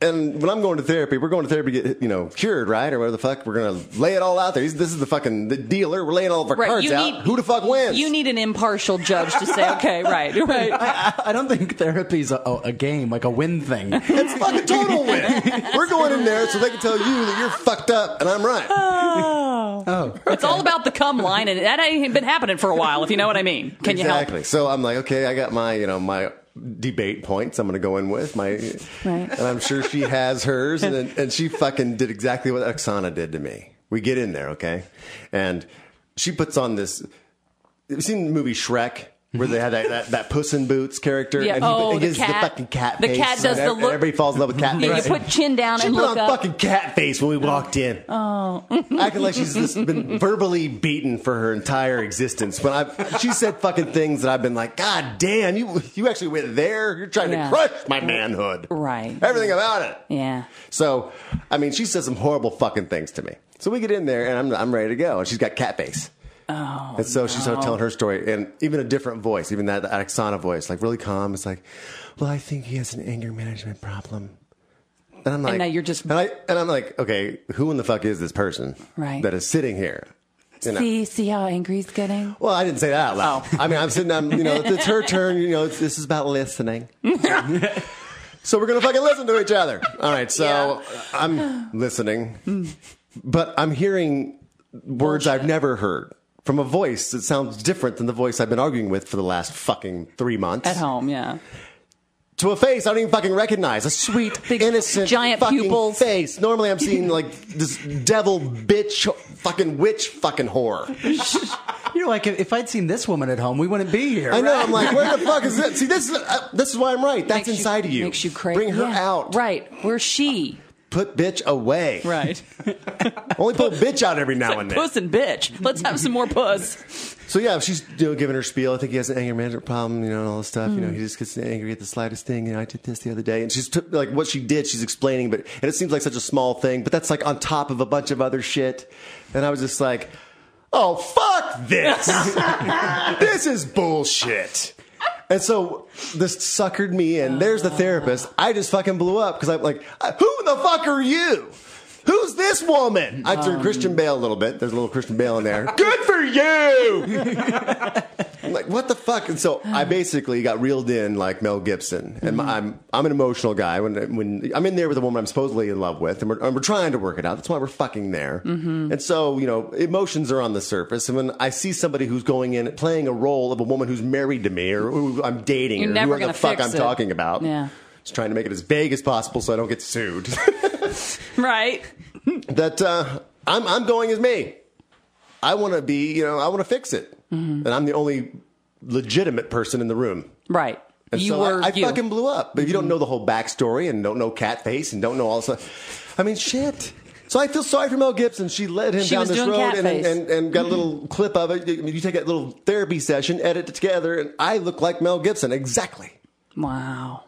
S2: and when I'm going to therapy, we're going to therapy to get you know cured, right, or whatever the fuck. We're gonna lay it all out there. He's- This is the fucking the dealer. We're laying all of our cards out. Who the fuck wins?
S3: You need an impartial judge to say, okay, (laughs) right, right.
S5: I, I don't think therapy's a, a game, like a win thing.
S2: It's fucking total
S3: (laughs)
S2: win. We're going in there so they can tell you that you're fucked up and I'm right.
S3: Oh.
S2: Oh,
S3: It's all about the cum line, and that ain't been happening for a while, if you know what I mean. Can you help?
S2: exactly. So I'm like, okay, I got my you know my debate points. I'm gonna go in with my,
S3: Right.
S2: and I'm sure she has hers, and then- and she fucking did exactly what Oksana did to me. We get in there, okay, and she puts on this. Have you seen the movie Shrek? Where they had that, that, that Puss in Boots character,
S3: Yeah.
S2: and he,
S3: Oh,
S2: he
S3: the
S2: gives
S3: cat.
S2: the fucking cat
S3: The
S2: face,
S3: cat does
S2: and
S3: the
S2: ev-
S3: look-
S2: everybody falls in love with cat
S3: Yeah, (laughs) you
S2: face.
S3: put chin down
S2: She
S3: and
S2: put
S3: look
S2: on
S3: up.
S2: fucking cat face when we walked in. Oh, acting like she's just
S3: (laughs)
S2: been verbally beaten for her entire existence. When I, she said fucking things that I've been like, God damn, you you actually went there. You're trying
S3: Yeah.
S2: to crush my manhood,
S3: Right.
S2: Everything about it.
S3: Yeah.
S2: So, I mean, she says some horrible fucking things to me. So we get in there, and I'm I'm ready to go, and she's got cat face. Oh, and so she started telling her story, and even a different voice, even that, that Oksana voice, like really calm. It's like, well, I think he has an anger management problem. And I'm like,
S3: now you're just-
S2: and I and I'm like, okay, who in the fuck is this person
S3: Right.
S2: that is sitting here? You know?
S3: See, see how angry he's getting?
S2: Well, I didn't say that out loud.
S3: Oh.
S2: I mean, I'm sitting. I'm you know, it's, it's her turn. You know, it's, this is about
S3: (laughs)
S2: listening. so we're gonna fucking listen to each other. All right. So I'm listening, but I'm hearing words I've never heard from a voice that sounds different than the voice I've been arguing with for the last fucking three months.
S3: At home, yeah.
S2: To a face I don't even fucking recognize. A sweet,
S3: Big,
S2: innocent,
S3: giant
S2: fucking
S3: pupils.
S2: face. Normally, I'm seeing like this devil, bitch, fucking witch, fucking whore.
S5: (laughs) You're like, if if I'd seen this woman at home, we wouldn't be here.
S2: I know. I'm like, where the fuck is this? See, this is uh, this is why I'm right. That's
S3: Makes
S2: inside of you.
S3: Makes you crazy.
S2: Bring her out.
S3: Right. Where's she?
S2: Put bitch away. (laughs)
S3: (laughs) Right.
S2: Only
S3: (laughs)
S2: pull bitch out every now and then.
S3: Puss and bitch. Let's have some more puss.
S2: So yeah, she's you know, giving her spiel. I think he has an anger management problem, you know, and all this stuff. You know, he just gets angry at the slightest thing. You know, I did this the other day, and she's t- like, what she did, she's explaining, but and it seems like such a small thing, but that's like on top of a bunch of other shit. And I was just like, oh fuck (laughs) this, this is bullshit. And so this suckered me in. There's the therapist. I just fucking blew up because I'm like, "Uh, who in the fuck are you? Who's this woman? I turned Christian Bale a little bit. There's a little Christian Bale in there. Um. Good for you. I'm like what the fuck? And so I basically got reeled in like Mel Gibson, and my, I'm I'm an emotional guy. When when I'm in there with a woman I'm supposedly in love with, and we're, and we're trying to work it out. That's why we're fucking there.
S3: Mm-hmm.
S2: And so you know emotions are on the surface, and when I see somebody who's going in playing a role of a woman who's married to me or who I'm dating,
S3: You're
S2: or
S3: never
S2: whoever
S3: gonna
S2: the fuck
S3: fix
S2: I'm
S3: it.
S2: talking about,
S3: Yeah.
S2: just trying to make it as vague as possible so I don't get sued. (laughs)
S3: Right.
S2: that uh, I'm I'm going as me. I want to be, you know, I want to fix it,
S3: Mm-hmm.
S2: and I'm the only legitimate person in the room.
S3: Right.
S2: And
S3: you
S2: so
S3: were
S2: I, I
S3: you. Mm-hmm.
S2: fucking blew up. But if you don't know the whole backstory and don't know Catface and don't know all this stuff, I mean, shit. So I feel sorry for Mel Gibson. She led him
S3: She
S2: down
S3: was
S2: this
S3: doing Mm-hmm.
S2: road and,
S3: Catface.
S2: and, and got a little clip of it. You you take a little therapy session, edit it together, and I look like Mel Gibson. Exactly.
S3: wow.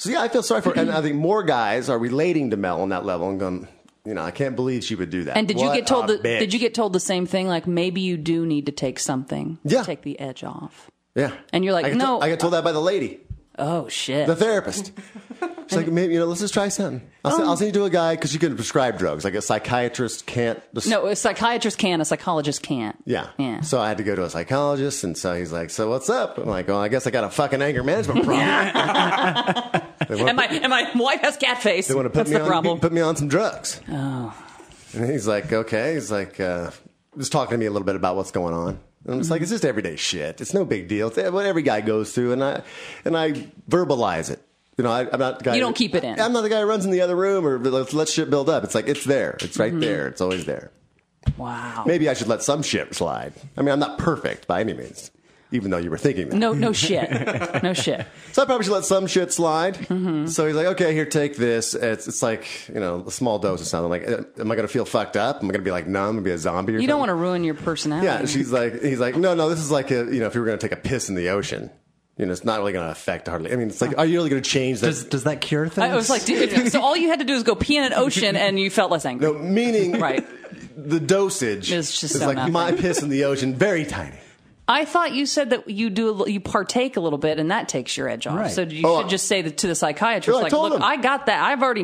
S2: So yeah, I feel sorry for And I think more guys are relating to Mel on that level and going, you know, I can't believe she would do that.
S3: And did you
S2: What
S3: get told
S2: a
S3: the, did
S2: bitch.
S3: you get told the same thing like maybe you do need to take something to
S2: Yeah.
S3: take the edge off.
S2: Yeah.
S3: And you're like,
S2: I got
S3: no.
S2: to- I got told that by the lady.
S3: Oh shit.
S2: the
S3: (laughs)
S2: therapist. She's like, maybe you know, let's just try something. I'll,
S3: Um,
S2: send, I'll send you to a guy because you can prescribe drugs. Like a psychiatrist can't. Dis-
S3: no, a psychiatrist can, a psychologist can't.
S2: Yeah.
S3: Yeah.
S2: So I had to go to a psychologist, and so he's like, "So what's up?" I'm like, "Well, I guess I got a fucking anger
S3: (laughs)
S2: management problem.
S3: and my and my wife has cat face.
S2: they want to put
S3: That's
S2: me
S3: the
S2: on
S3: problem.
S2: put me on some drugs." Oh. And he's like, "Okay." He's like, uh, just talking to me a little bit about what's going on. And I'm just
S3: Mm-hmm.
S2: like, "It's just everyday shit. It's no big deal. It's eh, what every guy goes through." And I and I verbalize it. You know, I, I'm not the guy.
S3: You
S2: who-
S3: don't keep it in.
S2: I'm not the guy who runs in the other room or lets, lets shit build up. It's like it's there. It's
S3: Mm-hmm.
S2: right there. It's always there.
S3: wow.
S2: Maybe I should let some shit slide. I mean, I'm not perfect by any means, even though you were thinking that.
S3: No no shit.
S2: (laughs)
S3: No shit.
S2: So I probably should let some shit slide. So he's like, okay, here, take this. It's, it's like, you know, a small dose of something. Like, uh, am I going to feel fucked up? Am I going to be like numb and be a zombie or
S3: You don't want
S2: something?
S3: to ruin your personality.
S2: Yeah. And she's like, he's like, no, no, this is like, a, you know, if you were going to take a piss in the ocean, you know, it's not really going to affect hardly. I mean, it's like, are you really going to change that?
S5: Does, does that cure things?
S3: I was like, dude, if- so all you had to do is go pee in an ocean and you felt less angry.
S2: (laughs) no, meaning
S3: (laughs) Right.
S2: the dosage
S3: It's just
S2: is
S3: so
S2: like
S3: nothing.
S2: my piss in the ocean, very tiny.
S3: I thought you said that you do a li- you partake a little bit and that takes your edge off.
S5: Right.
S3: So you
S2: Oh,
S3: should
S2: I-
S3: just say that to the psychiatrist,
S2: Yeah, I
S3: like,
S2: told
S3: look,
S2: him."
S3: I got that. I've already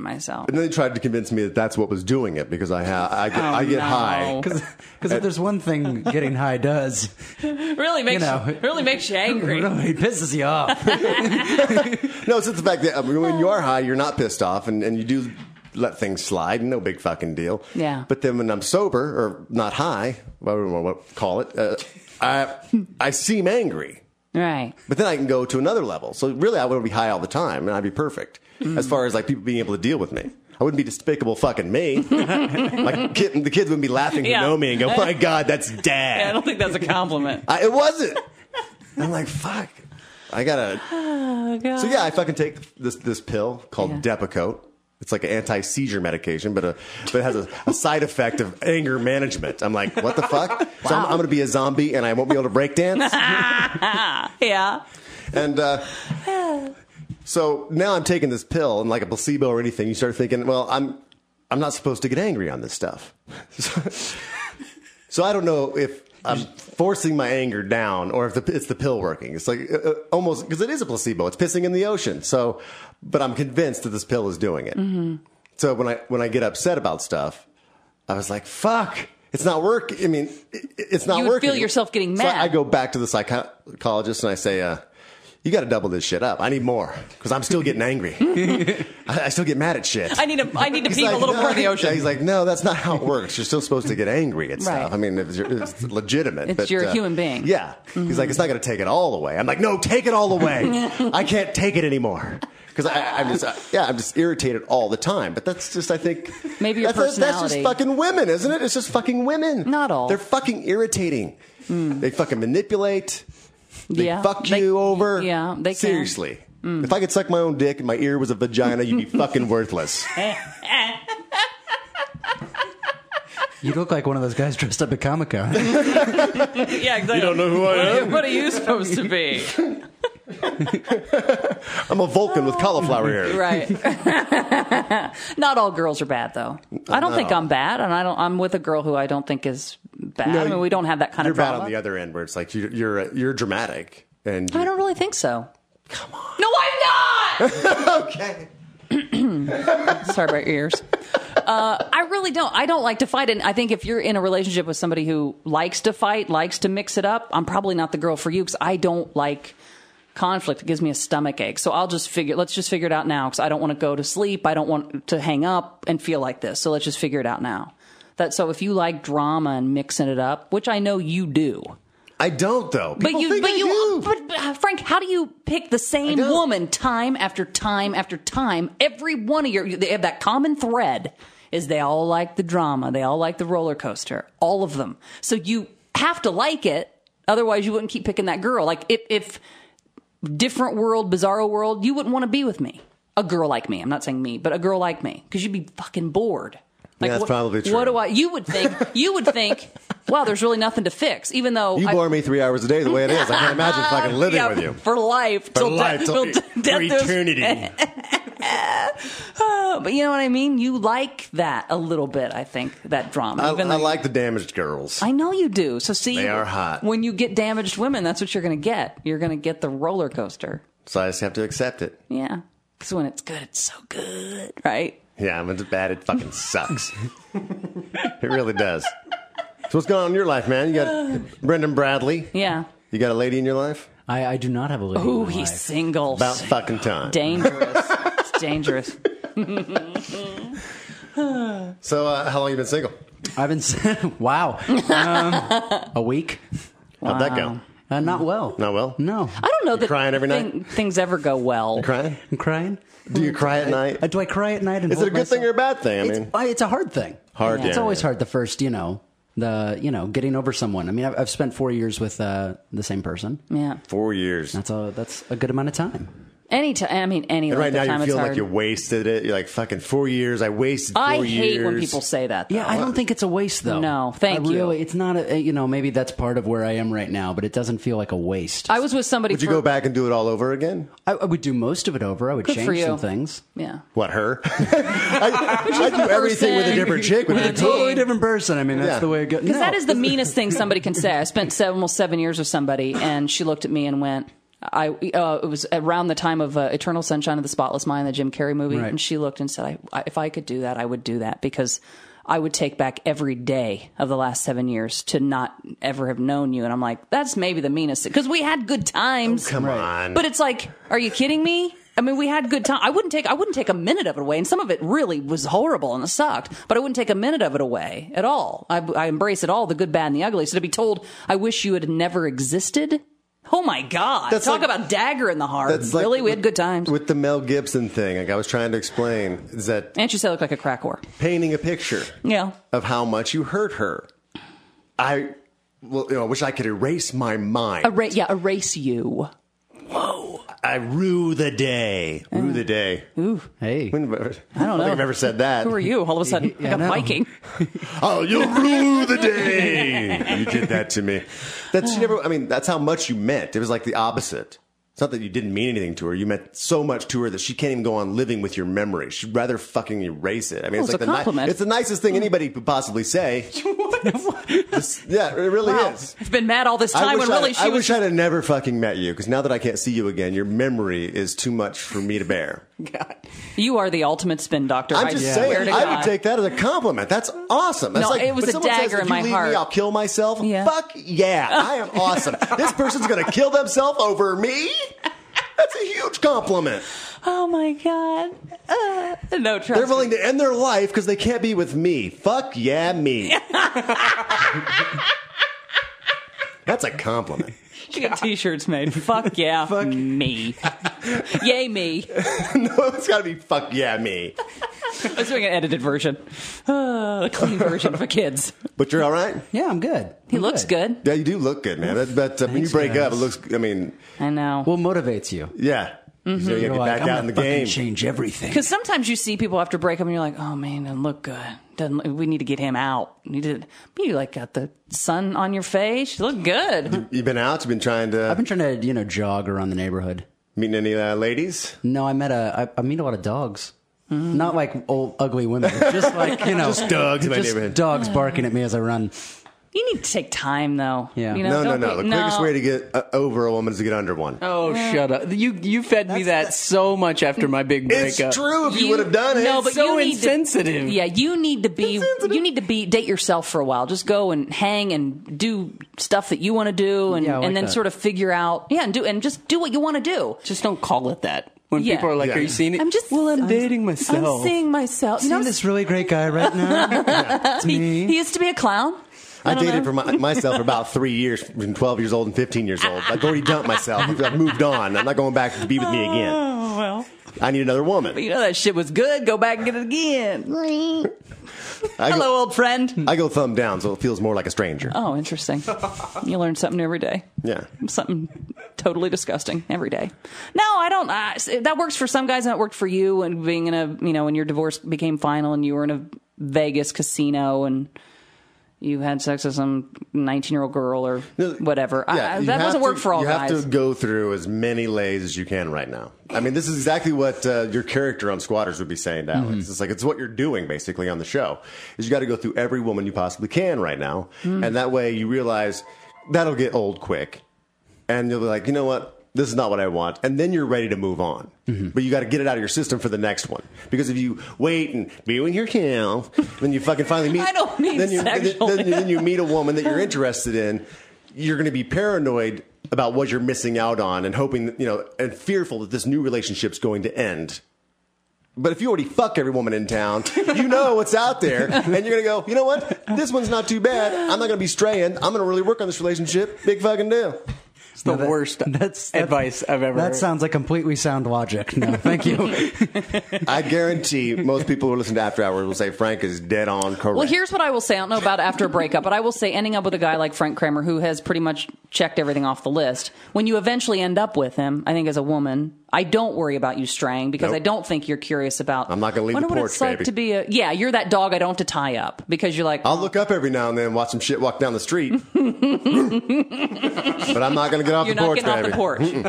S2: (laughs)
S3: myself.
S2: And then they tried to convince me that that's what was doing it because I ha- I get, I get
S3: Oh, no.
S2: high.
S3: (laughs)
S5: Because if there's one thing getting high does,
S3: Really makes you
S5: know,
S3: really
S5: (laughs)
S3: makes you
S5: it
S3: angry.
S5: really pisses you off.
S2: No, it's just the fact that I mean, when you are high, you're not pissed off, and, and you do let things slide. No big fucking deal.
S3: Yeah.
S2: But then when I'm sober or not high, whatever you want to call it, uh, I I seem angry.
S3: Right.
S2: But then I can go to another level. So really, I would be high all the time, and I'd be perfect as far as like people being able to deal with me. I wouldn't be despicable fucking me. (laughs) like kid, the kids wouldn't be laughing who
S3: Yeah.
S2: know me and go, "My God, that's
S3: I
S2: dad."
S3: don't think that's
S2: (laughs)
S3: a compliment.
S2: I, it wasn't. I'm like, fuck. I gotta. So yeah, I fucking take this this pill called
S3: Yeah.
S2: Depakote. It's like an anti seizure medication, but a but it has a, a side effect of anger management. I'm like, what the fuck? So I'm, I'm gonna be a zombie and I won't be able to break dance.
S3: Yeah.
S2: And uh, so now I'm taking this pill and like a placebo or anything. You start thinking, well, I'm I'm not supposed to get angry on this stuff. (laughs) So, so I don't know if I'm forcing my anger down or if the, it's the pill working. It's like uh, uh, almost because it is a placebo. It's pissing in the ocean. So, but I'm convinced that this pill is doing it. So when I when I get upset about stuff, I was like, fuck. It's not working. I mean, it, it's not
S3: You would
S2: working.
S3: feel yourself getting
S2: So I-
S3: mad.
S2: I go back to the psycho- psychologist and I say, uh, "You got to double this shit up. I need more because I'm still getting angry.
S3: Hmm.
S2: I, (laughs) I still get mad at shit."
S3: I need to I need to
S2: He's
S3: pee a
S2: like,
S3: little
S2: "No."
S3: more in the
S2: Yeah,
S3: ocean.
S2: He's like, "No, that's not how it works. You're still supposed to get angry at stuff.
S3: Right.
S2: I mean, if you're, it's legitimate.
S3: It's-
S2: but, uh,
S3: you're a human being.
S2: Yeah." He's like, "It's not going to take it all away." I'm like, "No, take it all away. I can't take it anymore." Because I'm just, I, yeah, I'm just irritated all the time. But that's just, I think,
S3: Maybe your
S2: that's, that's just
S3: personality.
S2: fucking women, isn't it? It's just fucking women.
S3: Not all. Hmm.
S2: They're fucking irritating. They fucking manipulate. They
S3: Yeah.
S2: fuck you
S3: They-
S2: over.
S3: yeah, they can. Hmm.
S2: seriously. If I could suck my own dick and my ear was a vagina, you'd be fucking worthless.
S5: You look like one of those guys dressed up at Comic Con.
S3: yeah, exactly.
S2: You don't know who I
S3: What are-
S2: am?
S3: What are you supposed to be?
S2: I'm a Vulcan with cauliflower ear.
S3: (laughs) Right. (laughs) not all girls are bad, though. I don't
S2: Not
S3: think
S2: all.
S3: I'm bad, and I don't. I'm with a girl who I don't think is bad. I mean, we don't have that kind
S2: You're
S3: of drama.
S2: bad on the other end where it's like you're you're, you're dramatic and
S3: I don't really think so. Come on. No, I'm
S2: okay.
S3: not. Sorry about your ears. Uh, I really don't. I don't like to fight, and I think if you're in a relationship with somebody who likes to fight, likes to mix it up, I'm probably not the girl for you because I don't like conflict. It gives me a stomach ache. So I'll just figure. Let's just figure it out now because I don't want to go to sleep. I don't want to hang up and feel like this. So let's just figure it out now. That so if you like drama and mixing it up, which I know you do,
S2: I don't though.
S3: but
S2: People
S3: you,
S2: think
S3: but
S2: I
S3: you,
S2: do.
S3: But, but, uh, Frank, how do you pick the same
S2: don't.
S3: woman time after time after time? Every one of your, they have that common thread is they all like the drama, they all like the roller coaster, all of them. So you have to like it, otherwise you wouldn't keep picking that girl. Like if, if different world, bizarro world, you wouldn't want to be with me. A girl like me. I'm not saying me, but a girl like me, because you'd be fucking bored. Like,
S2: Yeah, that's
S3: what-
S2: probably true.
S3: What do I? You would think. You would think. (laughs) wow, there's really nothing to fix. Even though
S2: you
S3: I-
S2: bore me three hours a day the way it is. I
S3: (laughs)
S2: can't imagine fucking living
S3: Um, yeah,
S2: with you.
S3: for life,
S2: For
S3: till
S2: life,
S3: death,
S2: till-
S3: till de-
S2: for
S3: (laughs) death do us- (laughs)
S2: eternity.
S3: Uh, but you know what I mean. You like that a little bit, I think, that drama.
S2: I,
S3: even
S2: I
S3: though-
S2: like the damaged girls.
S3: I know you do. So see,
S2: They are hot.
S3: When you get damaged women, that's what you're going to get. You're going to get the roller coaster.
S2: so I just have to accept it.
S3: Yeah, because when it's good, it's so good, right?
S2: Yeah, I'm into bad. It fucking
S3: (laughs)
S2: sucks. it really does. So what's going on in your life, man? You
S3: (sighs)
S2: got Brendan Bradley.
S3: Yeah.
S2: You got a lady in your life?
S5: I, I do not have a lady. in
S3: Ooh,
S5: my
S3: he's
S5: life.
S3: single.
S2: About fucking time.
S3: dangerous. it's
S2: (laughs)
S3: dangerous.
S2: So uh, how long you been single?
S5: I've been s- (laughs)
S3: (laughs)
S5: wow um, a week.
S2: How'd that go?
S5: Uh, not well.
S2: Not well.
S5: No.
S3: I don't know that
S2: crying every night?
S3: thing- things ever go well.
S2: Crying?
S5: I'm crying.
S2: Do you cry at night?
S5: Uh, do I cry at night? And
S2: Is it a
S5: hold
S2: good thing
S5: myself-
S2: or a bad thing? I
S5: it's,
S2: mean,
S5: uh, it's a hard thing.
S2: Hard,
S5: It's
S2: yeah,
S5: always
S2: yeah.
S5: hard. The first, you know, the you know, getting over someone. I mean, I've, I've spent four years with uh, the same person.
S3: Yeah.
S2: four years.
S5: That's a that's a good amount of time.
S3: Any time, I mean, any
S2: And right
S3: length
S2: now
S3: of time
S2: you feel
S3: it's
S2: like
S3: hard.
S2: you wasted it. You're like fucking four years. I wasted. Four
S3: I hate
S2: years.
S3: when people say that. Though.
S5: Yeah, I don't think it's a waste though.
S3: No, thank
S5: I
S3: you.
S5: Really, it's not a eh, you know maybe that's part of where I am right now, but it doesn't feel like a waste.
S3: I was with somebody.
S2: Would you
S3: for-
S2: go back and do it all over again?
S5: I, I would do most of it over. I would
S3: Good for
S5: change
S3: you.
S5: some things.
S3: Yeah.
S2: What her? (laughs) I, I do everything with a
S3: person.
S2: different chick.
S3: With
S2: With
S3: a
S2: a
S3: team.
S5: Totally different person. I mean, that's
S2: Yeah.
S5: the way it goes.
S3: Because
S5: No.
S3: that is the meanest thing somebody can say. I spent seven, almost seven years with somebody, and she looked at me and went, "I." Uh, it was around the time of uh, Eternal Sunshine of the Spotless Mind, the Jim Carrey movie,
S5: Right.
S3: and she looked and said, I, I, "If I could do that, I would do that because I would take back every day of the last seven years to not ever have known you." And I'm like, "That's maybe the meanest because we had good times."
S2: Come on.
S3: But it's like, are you kidding me? I mean, we had good time. I wouldn't take I wouldn't take a minute of it away, and some of it really was horrible and it sucked. But I wouldn't take a minute of it away at all. I, I embrace it all, the good, bad, and the ugly. So to be told, I wish you had never existed. Oh my God!
S2: That's
S3: Talk
S2: like-
S3: about dagger in the heart.
S2: That's like
S3: really, we had
S2: with-
S3: good times.
S2: with the Mel Gibson thing. Like I was trying to explain is that
S3: and she said, I "Look like a crack whore."
S2: painting a picture
S3: Yeah.
S2: of how much you hurt her. I well, you know, I wish I could erase my mind.
S3: Erase, yeah, erase you.
S2: I rue the day. Rue
S3: Eh.
S2: the day.
S5: hey.
S2: When- I don't
S3: know.
S2: think I've ever said that.
S3: Who are you? All of a sudden,
S5: Yeah,
S3: like
S5: I
S3: a
S5: know.
S3: Viking.
S2: Oh, you'll rue the day. (laughs) You did that to me. That's you never. I mean, that's how much you meant. It was like the opposite. It's not that you didn't mean anything to her. You meant so much to her that she can't even go on living with your memory. She'd rather fucking erase it. I mean, it's,
S3: Well, Oh, it's
S2: like
S3: a
S2: the ni-
S3: compliment.
S2: it's the nicest thing anybody could possibly
S3: (laughs)
S2: say. This- yeah, it really
S3: Wow,
S2: is.
S3: I've been mad all this
S2: I
S3: time
S2: wish,
S3: when really
S2: I,
S3: she
S2: I
S3: was.
S2: wish I'd have never fucking met you because now that I can't see you again, your memory is too much for me to bear.
S3: you are the ultimate spin doctor.
S2: I'm
S3: I
S2: just
S3: swear
S2: saying,
S3: to
S2: I
S3: God.
S2: would take that as a compliment. That's awesome. That's
S3: No,
S2: like,
S3: it was
S2: when
S3: a
S2: someone says,
S3: dagger
S2: "If
S3: in
S2: you
S3: my
S2: leave
S3: heart."
S2: Me, I'll kill myself.
S3: Yeah.
S2: Fuck yeah, I
S3: (laughs)
S2: am awesome. this person's gonna kill themselves over me. That's a huge compliment.
S3: Oh my God! Uh, no trust.
S2: They're
S3: me.
S2: willing to end their life because they can't be with me. Fuck yeah,
S3: (laughs)
S2: me. That's a compliment. (laughs)
S3: Get t-shirts made. Fuck yeah, me. Yay me.
S2: no, it's gotta be fuck yeah, me.
S3: I was doing an edited version, uh, a clean version for kids.
S2: But you're all right.
S5: Yeah, I'm good.
S3: He
S5: I'm
S3: looks good.
S2: Yeah, you do look good, man. But, but uh, when you
S5: Thanks,
S2: break up, it
S5: guys.
S2: looks. I mean,
S3: I know.
S5: What motivates you?
S2: yeah.
S3: Mm-hmm.
S2: So you
S5: You're
S2: gotta get
S5: like,
S2: back
S5: I'm
S2: out
S5: gonna
S2: in the
S5: fucking
S2: game.
S3: (laughs)
S5: Change everything.
S3: Because sometimes you see people after breakup and you're like, oh man, doesn't look good. Doesn't look- we need to get him out? We need to. You like got the sun on your face. You look good.
S2: You've been out. You've been trying to.
S5: I've been trying to you know jog around the neighborhood.
S2: Meeting any uh, ladies?
S5: No, I met a. I, I meet a lot of dogs. Not like old ugly women, just like you know,
S2: Just dogs in my
S5: just
S2: neighborhood.
S5: dogs barking at me as I run.
S3: You need to take time though.
S5: Yeah.
S3: You
S2: No,
S3: know,
S2: no,
S3: don't
S2: no.
S3: be-
S2: The quickest way to get uh, over a woman is to get under one.
S6: Oh, shut up! You you fed me that so much after my big breakup.
S2: it's true. If you, would have done it,
S3: No, but
S6: So
S3: you need
S6: insensitive.
S3: To, yeah, you need to be. You need to be date yourself for a while. Just go and hang and do stuff that you want to do, and,
S5: Yeah, I like
S3: and then
S5: that.
S3: sort of figure out. Yeah, and do and just do what you want to do.
S6: Just don't call it that. When
S3: Yeah.
S6: people are like,
S2: Yeah.
S6: "Are you seeing it?"
S3: I'm just.
S6: Well, I'm, dating
S3: I'm
S6: myself.
S3: seeing myself. You
S5: See
S3: know,
S5: this really great guy
S3: (laughs)
S5: right now. It's
S3: he,
S5: me.
S3: he used to be a clown.
S2: I, dated for my, myself for about three years, from 12 years old and 15 years old. I've already dumped myself. I've moved on. I'm not going back to be with me again.
S3: Oh well.
S2: I need another woman.
S3: You know that shit was good. Go back and get it again.
S2: I
S3: Hello,
S2: go,
S3: old friend.
S2: I go thumb down, so it feels more like a stranger.
S3: Oh, interesting. You learn something new every day.
S2: Yeah.
S3: something totally disgusting every day. No, I don't. Uh, that works for some guys, and it worked for you. And being in a, you know, when your divorce became final, and you were in a Vegas casino, and you had sex with some nineteen-year-old girl or whatever. I-
S2: Yeah,
S3: I,
S2: you
S3: that
S2: have
S3: doesn't work
S2: to-
S3: for all
S2: You
S3: guys.
S2: have to go through as many lays as you can right now. I mean, this is exactly what uh, your character on Squatters would be saying to
S3: Mm-hmm.
S2: Alex. It's like it's what you're doing basically on the show. Is you got to go through every woman you possibly can right now,
S3: Mm.
S2: and that way you realize that'll get old quick, and you'll be like, you know what. This is not what I want. And then you're ready to move on.
S3: Mm-hmm.
S2: But you got to get it out of your system for the next one. Because if you wait and be with your cow, then you fucking finally meet.
S3: (laughs) I don't mean
S2: then you,
S3: sexually.
S2: then you- then you meet a woman that
S3: (laughs)
S2: you're interested in, you're going to be paranoid about what you're missing out on and hoping, that, you know, and fearful that this new relationship's going to end. But if you already fuck every woman in town, you
S3: (laughs)
S2: know what's out there, and you're gonna go. You know what? This one's not too bad. I'm not gonna be straying. I'm gonna really work on this relationship. Big fucking deal.
S6: It's the
S5: No, that-
S6: worst
S5: that's- that-
S6: advice I've ever.
S5: That
S6: heard.
S5: sounds like completely sound logic. No,
S3: (laughs)
S5: thank you.
S2: I guarantee most people who listen to After Hours will say Frank is dead on correct.
S3: Well, here's what I will say. I don't know about after a breakup, but I will say ending up with a guy like Frank Kramer, who has pretty much checked everything off the list. When you eventually end up with him, I think as a woman, I don't worry about you straying because
S2: Nope.
S3: I don't think you're curious about.
S2: I'm not gonna leave
S3: wonder
S2: the
S3: what it's
S2: porch,
S3: like
S2: baby."
S3: to be a yeah. You're that dog I don't have to tie up because you're like
S2: I'll look up every now and then, and watch some shit walk down the
S3: (laughs)
S2: street. but I'm not going to get off
S3: You're
S2: the
S3: not
S2: porch,
S3: getting
S2: baby.
S3: off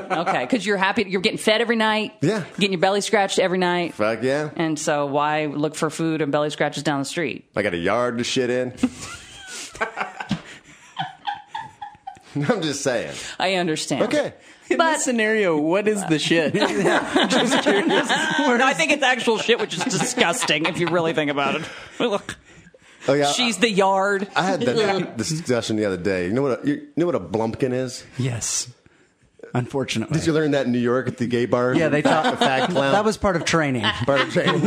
S3: the porch. okay. Because you're happy. You're getting fed every night.
S2: Yeah.
S3: Getting your belly scratched every night.
S2: Fuck yeah.
S3: And so why look for food and belly scratches down the street?
S2: I got a yard to shit in. (laughs) I'm just saying.
S3: I understand.
S2: Okay.
S6: In this scenario, what is the shit?
S3: No, I think it's actual shit, which is disgusting if you really think about it. Look,
S2: Oh yeah.
S3: she's the yard.
S2: I had that discussion the other day. You know what? A, you know what a blumpkin is?
S5: Yes. Unfortunately.
S2: Did you learn that in New York at the gay bar?
S5: yeah, they taught
S2: (laughs) the fag clown.
S5: That was part of training.
S2: part of training.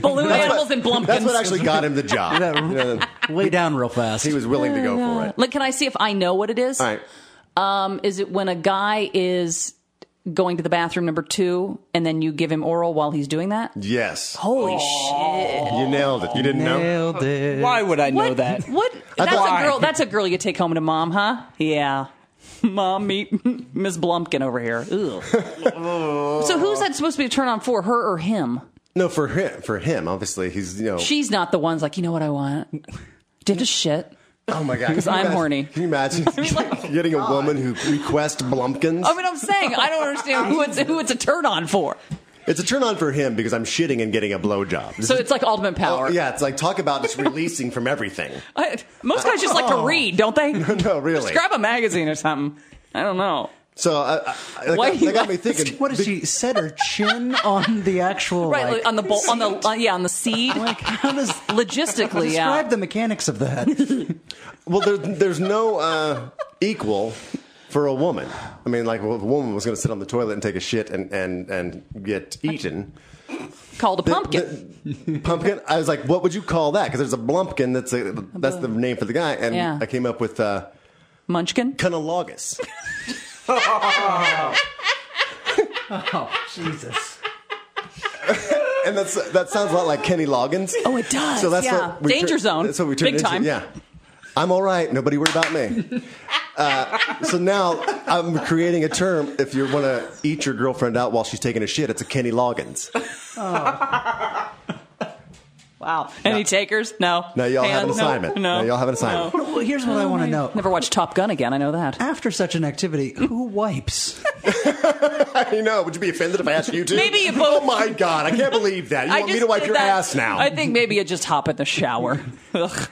S3: Balloon animals and blumpkins.
S2: That's what actually got him the
S5: (laughs)
S2: job.
S5: Yeah.
S2: You know,
S5: Lay down real fast.
S2: he was willing to go for it.
S3: Like, can I see if I know what it is?
S2: All right.
S3: Um, is it when a guy is going to the bathroom number two, and then you give him oral while he's doing that?
S2: Yes.
S3: Holy shit!
S2: You nailed it. You didn't know.
S5: Nailed it.
S6: Why would I know
S3: What-
S6: that?
S3: What? That's
S6: Why?
S3: a girl. That's a girl you take home to mom, huh? Yeah. Mom, meet (laughs) Miss Blumpkin over here. Ew. so who's that supposed to be a turn on for? Her or him?
S2: No, for him. For him, obviously, he's you know.
S3: She's not the one's like, you know what I want? Did a shit.
S2: oh my god. Because
S3: I'm horny.
S2: Can you
S3: (laughs)
S2: imagine (laughs) getting a woman who requests blumpkins?
S3: I mean, I'm saying I don't understand who it's who it's a turn on for.
S2: it's a turn on for him because I'm shitting and getting a blowjob.
S3: So it's like ultimate power.
S2: yeah, it's like talk about just releasing from everything. (laughs)
S3: I, most guys just like to read, don't they?
S2: No, Oh. (laughs) really.
S3: Just grab a magazine or something. I don't know.
S2: So I, I, that,
S3: Why
S2: got,
S3: you
S2: that got me thinking.
S5: What does she set her chin on the actual
S3: Right
S5: like,
S3: like, on the bowl, on the uh, yeah on the seed.
S5: like how
S3: (laughs)
S5: does
S3: Logistically,
S5: describe
S3: yeah.
S5: the mechanics of that?
S2: Well, there, there's no uh, equal for a woman. I mean, like well, if a woman was going to sit on the toilet and take a shit and and and get eaten.
S3: Called a
S2: the-
S3: pumpkin.
S2: the- pumpkin. I was like, what would you call that? Because there's a blumpkin. That's a, that's the name for the guy, and
S3: Yeah.
S2: I came up with uh,
S3: Munchkin. (laughs)
S2: cunologus.
S5: Jesus.
S2: And that's that sounds a lot like Kenny Loggins.
S3: Oh, it does.
S2: So that's
S3: yeah.
S2: what we
S3: danger
S2: tur-
S3: zone.
S2: That's what we turned
S3: Big
S2: into.
S3: time.
S2: Yeah, I'm all right. Nobody worry about
S3: (laughs)
S2: me. Uh, so now I'm creating a term. If you want to eat your girlfriend out while she's taking a shit, it's a Kenny Loggins.
S3: Wow. Any takers? No.
S2: Now y'all have an
S3: Hands? No.
S2: assignment.
S3: No.
S2: Now y'all have an assignment. (laughs) Ah.
S5: Well, here's
S3: Oh,
S5: what I want to know.
S3: Never watch Top Gun again. I know that.
S5: After such an activity, who wipes?
S2: I know. Would you be offended if I asked you to?
S3: Maybe you both-
S2: Oh my god! I can't believe that. You
S3: I
S2: want me
S3: just
S2: to wipe
S3: did
S2: your
S3: that.
S2: ass now?
S3: I think maybe you just hop in
S2: (laughs)
S3: the shower. Ugh.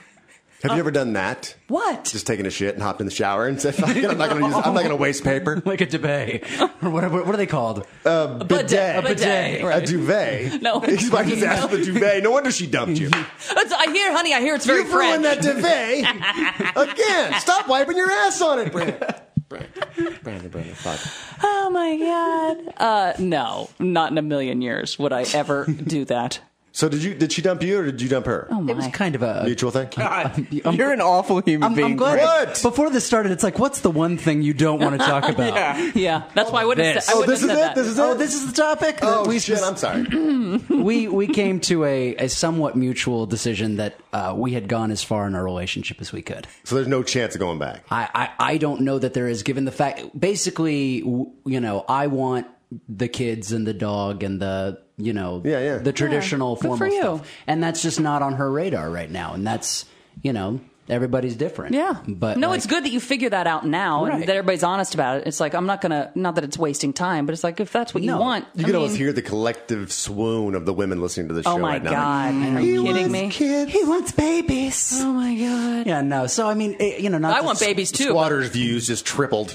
S2: have you ever done that?
S3: What?
S2: Just taking a shit and hopped in the shower and said, "Fuck it, "I'm not going to use. I'm not going to waste paper."
S5: like a duvet or whatever. What are they called?
S2: A
S3: bidet.
S2: bidet.
S3: A bidet, right.
S2: A duvet. (laughs)
S3: No.
S2: He's about to ask for the duvet. No wonder she
S3: (laughs)
S2: dumped you.
S3: That's- I hear, honey. I hear it's very
S2: you
S3: French.
S2: ruined that
S3: (laughs)
S2: duvet again. Stop wiping your ass on it, Brandon. Brandon, Brandon, Brandon, fuck.
S3: Oh my god. Uh, no, not in a million years would I ever do that. Oh
S2: So did you? Did she dump you, or did you dump her?
S5: it was kind of a.
S2: Mutual thing.
S6: You're an awful human
S5: I'm,
S6: being.
S5: I'm glad.
S2: What?
S5: Before this started, it's like, what's the one thing you don't want to
S2: (laughs)
S5: talk about?
S3: Yeah, that's why I wouldn't. have
S5: This.
S3: said- I
S2: Oh,
S3: wouldn't
S2: this is
S3: have
S2: it.
S3: said that.
S2: This is it.
S5: Oh, this is the topic.
S2: Oh
S5: that we
S2: shit! I'm sorry.
S5: we we came to a, a somewhat mutual decision that uh, we had gone as far in our relationship as we could.
S2: So there's no chance of going back.
S5: I, I, I don't know that there is, given the fact, basically, w- you know, I want the kids and the dog and the, you know,
S2: Yeah, yeah.
S5: the traditional
S3: Good for
S5: formal
S3: you.
S5: stuff. And that's just not on her radar right now. And that's, you know, everybody's different.
S3: Yeah,
S5: But
S3: no,
S5: like,
S3: it's good that you figure that out now and
S5: Right.
S3: that everybody's honest about it. It's like I'm not gonna. Not that it's wasting time, but it's like if that's what you
S5: No.
S3: want,
S2: You
S3: I
S2: can
S3: mean,
S2: always hear the collective swoon of the women listening to this
S3: Oh
S2: show
S3: my
S2: right now.
S3: god! Are
S5: He
S3: you kidding me?
S2: These kids.
S5: He wants babies.
S3: Oh my god!
S5: Yeah, no. So, I mean, it, you know, not
S3: I
S5: to
S3: want
S5: s-
S3: babies too. but-
S5: (laughs)
S2: Squatters' views just
S3: (laughs)
S2: tripled.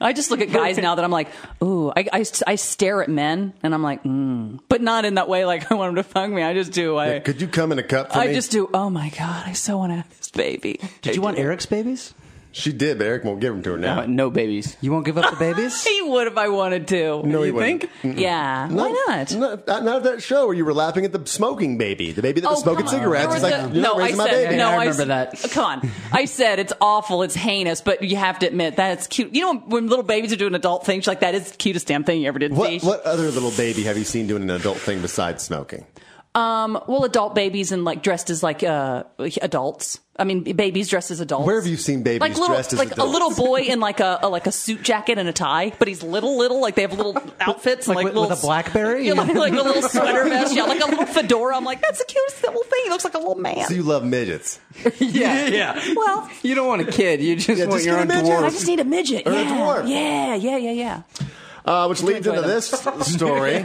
S3: I
S2: (laughs)
S3: just look at guys now that I'm like, ooh, I, I, I stare at men and I'm like, mm. but not in that way like (laughs) I want them to fuck me. I just do. I,
S2: Could you come in a cup for
S3: I
S2: me?
S3: just do. Oh my god, I so want to have this baby.
S5: Did you want Eric's babies?
S2: She did, but Eric won't give them to her now.
S6: Uh, (laughs) no babies.
S5: You won't give up the
S3: (laughs)
S5: babies?
S3: He would if I wanted to.
S2: No, he
S6: You
S2: wouldn't.
S6: think?
S3: Yeah, why not?
S2: Not, not, not that show where you were laughing at the smoking baby, the baby that was
S3: Oh,
S2: smoking
S3: come on.
S2: cigarettes.
S3: There
S2: It's
S3: was
S2: like,
S3: a-
S2: you're
S3: no,
S2: not
S3: I
S2: raising my
S3: said,
S2: baby.
S3: no,
S5: I
S3: I
S5: remember
S3: s-
S5: that.
S3: Come on, I said it's awful, it's heinous, but you have to admit that's cute. You know when little babies are doing adult things, you're like that is the cutest damn thing you ever did.
S2: What,
S3: see?
S2: what other little baby have you seen doing an adult thing besides smoking?
S3: Um, well, adult babies and like dressed as like uh, adults. I mean, babies dressed as adults.
S2: Where have you seen babies
S3: like little,
S2: dressed as
S3: like
S2: adults?
S3: a little
S2: (laughs)
S3: boy in like a, a- like a suit jacket and a tie, but he's little, little. Like they have little outfits, and, like,
S5: Like with-
S3: little
S5: with a Blackberry?
S3: (laughs) yeah, like, like a little sweater vest, yeah, like a little fedora. I'm like, that's the cutest little thing. He looks like a little man.
S2: So you love midgets.
S6: Yeah, yeah.
S3: well,
S6: You don't want a kid. You just
S2: Yeah,
S6: want
S2: just
S6: your
S2: get a
S6: own
S2: midget.
S3: I
S6: dwarf.
S3: just need a midget.
S2: Or a
S3: yeah,
S2: dwarf.
S3: yeah, yeah, yeah, yeah.
S2: Uh, which leads into
S3: them.
S2: this story.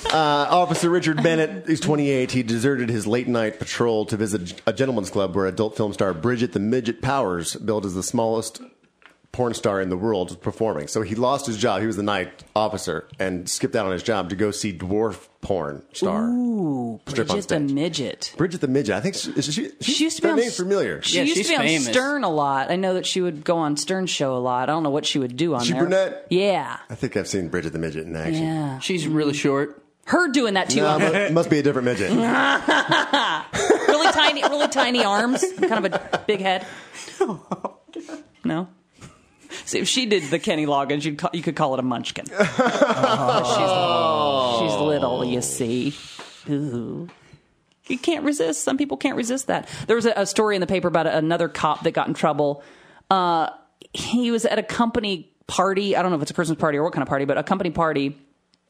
S2: uh, Officer Richard Bennett, he's 28. He deserted his late night patrol to visit a gentleman's club where adult film star Bridget the Midget Powers, billed as the smallest porn star in the world, was performing. So he lost his job. He was the night officer and skipped out on his job to go see dwarf porn star.
S3: Ooh,
S2: Strip on
S3: Bridget a
S2: stage.
S3: midget.
S2: Bridget the Midget. I think she, is she, she,
S3: She used to be
S2: that
S3: on
S2: name familiar.
S3: She
S6: Yeah,
S3: used
S6: she's
S3: to be
S6: famous.
S3: on Stern a lot. I know that she would go on Stern show a lot. I don't know what she would do on
S2: She
S3: there.
S2: brunette?
S3: Yeah,
S2: I think I've seen Bridget the Midget in action.
S3: yeah.
S6: She's really short.
S3: Her doing that too. (laughs)
S2: No, it must be a different midget.
S3: really tiny, really tiny arms, kind of a big head. No. See, if she did the Kenny Loggins, you'd call, you could call it a munchkin. She's little, you see. Ooh. You can't resist. Some people can't resist that. There was a, a story in the paper about another cop that got in trouble. Uh, he was at a company party. I don't know if it's a Christmas party or what kind of party, but a company party.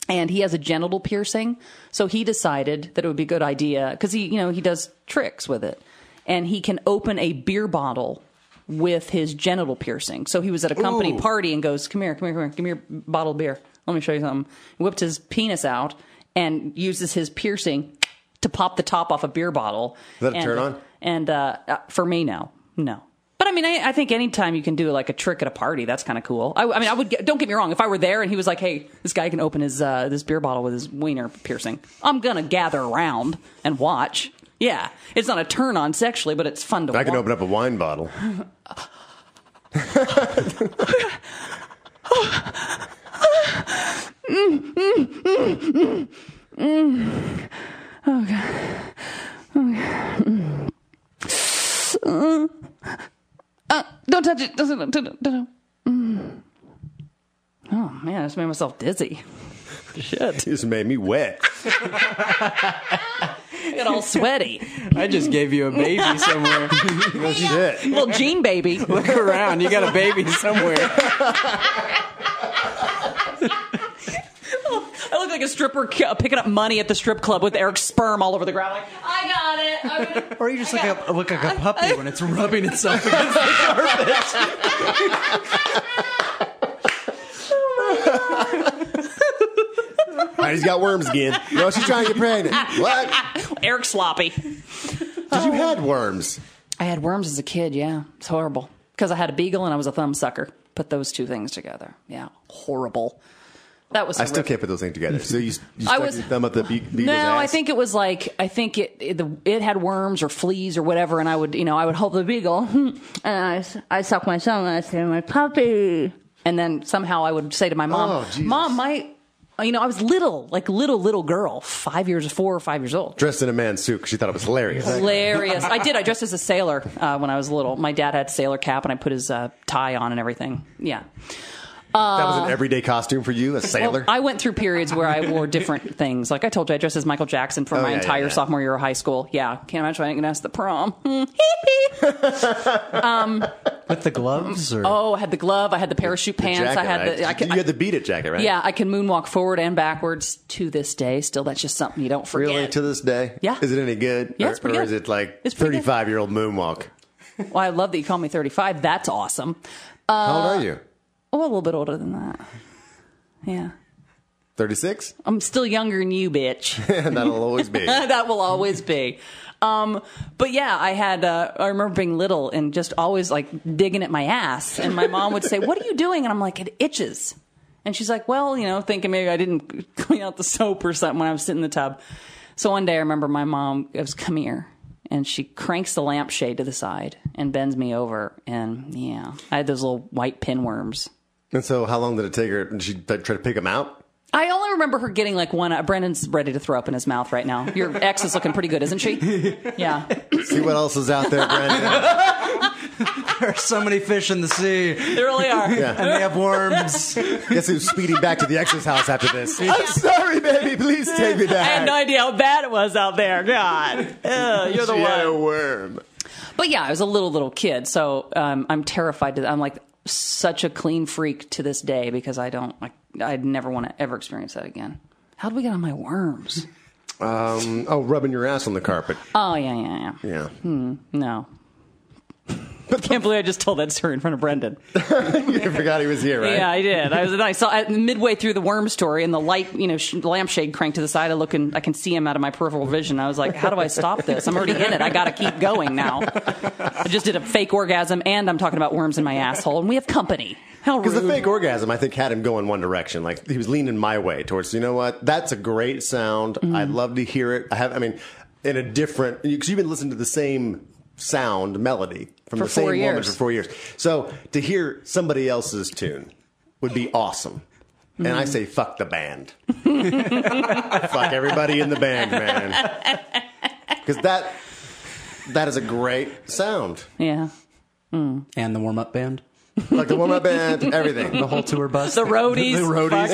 S3: And he has a genital piercing. So he decided that it would be a good idea because he, you know, he does tricks with it. And he can open a beer bottle with his genital piercing. So he was at a company party and goes, Come here, come here, come here, give me your bottle of beer. Let me show you something. Whipped his penis out and uses his piercing to pop the top off a beer bottle. Is
S2: that a turn on?
S3: And uh, uh, for me, no, no. But I mean, I, I think anytime you can do like a trick at a party, that's kind of cool. I, I mean, I would get, don't get me wrong. If I were there and he was like, "Hey, this guy can open his uh, this beer bottle with his wiener piercing," I'm gonna gather around and watch. Yeah, it's not a turn on sexually, but it's fun to.
S2: I can
S3: wa-
S2: open up a wine bottle. (laughs)
S3: Don't touch it. Don't, don't, don't, don't. Mm. Oh man, I just made myself dizzy. (laughs)
S2: Shit. This made me wet.
S3: Get all sweaty.
S6: I just gave you a baby somewhere.
S2: No shit.
S3: Little Gene baby.
S6: (laughs) Look around. You got a baby
S3: (laughs)
S6: somewhere.
S3: I look like a stripper c- picking up money at the strip club with Eric's sperm all over the ground. Like, I got it. I'm gonna-
S5: Or you just look,
S3: I
S5: like a, look like a puppy when it's rubbing
S3: (laughs)
S5: itself against the carpet.
S2: I just got worms again. No, she's trying to get pregnant. What?
S3: Eric sloppy.
S2: Did you had worms?
S3: I had worms as a kid. Yeah, it's horrible because I had a beagle and I was a thumb sucker. Put those two things together. Yeah, horrible. That was.
S2: I still
S3: horrific.
S2: can't put those things together. So you, you stuck
S3: I was-
S2: your thumb up the be- beagle's
S3: No,
S2: ass?
S3: I think it was like I think it it, the, it had worms or fleas or whatever, and I would you know I would hold the beagle (laughs) and I s- I suck my tongue and I say my puppy, and then somehow I would say to my
S2: Oh,
S3: mom,
S2: Jesus.
S3: mom, my. You know, I was little, like little, little girl, five years, four or five years old.
S2: Dressed in a man's suit 'cause she thought it was hilarious.
S3: Hilarious. I did. I dressed as a sailor uh, when I was little. My dad had a sailor cap, and I put his uh, tie on and everything. Yeah.
S2: that was an everyday costume for you, a sailor?
S3: Well, I went through periods where I wore different things. Like I told you, I dressed as Michael Jackson for
S2: Oh,
S3: my
S2: yeah, yeah,
S3: entire
S2: yeah.
S3: sophomore year of high school. Yeah, can't imagine why I didn't ask the prom. (laughs) Hmm.
S5: With the gloves? Or?
S3: oh, I had the glove. I had the parachute
S2: The
S3: pants.
S2: jacket,
S3: I had
S2: right?
S3: the. I could,
S2: you had the beat it jacket, right?
S3: yeah, I can moonwalk forward and backwards to this day. Still, that's just something you don't forget.
S2: Really, to this day?
S3: Yeah.
S2: Is it any good?
S3: Yeah,
S2: or,
S3: it's pretty
S2: or
S3: good.
S2: is it like
S3: It's pretty good.
S2: 35 year old moonwalk?
S3: well, I love that you call me 35. That's awesome.
S2: How old are you?
S3: Oh, a little bit older than that. Yeah.
S2: 36?
S3: I'm still younger than you, bitch.
S2: (laughs) That'll always
S3: (laughs)
S2: be.
S3: that will always be. Um, but yeah, I had, uh, I remember being little and just always like digging at my ass. And my mom would say, What are you doing? And I'm like, It itches. And she's like, Well, you know, thinking maybe I didn't (laughs) clean out the soap or something when I was sitting in the tub. So one day I remember my mom goes, Come here. And she cranks the lampshade to the side and bends me over. And yeah, I had those little white pinworms.
S2: And so, how long did it take her? Did she like, try to pick him out?
S3: I only remember her getting like one. Uh, Brendan's ready to throw up in his mouth right now. Your ex is looking pretty good, isn't she? Yeah.
S2: See what else is out there, Brandon.
S5: There are so many fish in the sea,
S3: They really are.
S5: and they have worms.
S2: Guess who's speeding back to the ex's house after this? (laughs) I'm sorry, baby. Please take me
S3: I
S2: back.
S3: had no idea how bad it was out there. God, Ugh, you're the
S2: She had
S3: one.
S2: a worm.
S3: But yeah, I was a little little kid, so um, I'm terrified. To, I'm like such a clean freak to this day because I don't like. I'd never want to ever experience that again. How did we get on my worms?
S2: Um, oh, rubbing your ass on the carpet.
S3: Oh yeah, yeah, yeah.
S2: Yeah.
S3: Hmm. No. Can't believe I just told that story in front of Brendan.
S2: (laughs) you forgot he was here, right?
S3: Yeah, I did. I was and I saw at midway through the worm story, and the light, you know, sh- lampshade cranked to the side. I look and I can see him out of my peripheral vision. I was like, "How do I stop this? I'm already in it. I got to keep going now." I just did a fake orgasm, and I'm talking about worms in my asshole, and we have company. How rude!
S2: Because the fake orgasm, I think, had him going one direction. Like he was leaning my way towards. You know what? That's a great sound.
S3: Mm-hmm.
S2: I'd love to hear it. I have. I mean, in a different because you've been listening to the same sound melody from
S3: For
S2: the same
S3: four
S2: woman
S3: years.
S2: for four years. So to hear somebody else's tune would be awesome. And
S3: Mm-hmm.
S2: I say, fuck the band. (laughs) fuck everybody in the band, man.
S3: (laughs)
S2: Because that that is a great sound.
S3: yeah,
S5: (laughs) and the warm-up band,
S2: Like the warm up band, everything.
S5: the whole tour bus,
S3: the roadies,
S5: the roadies,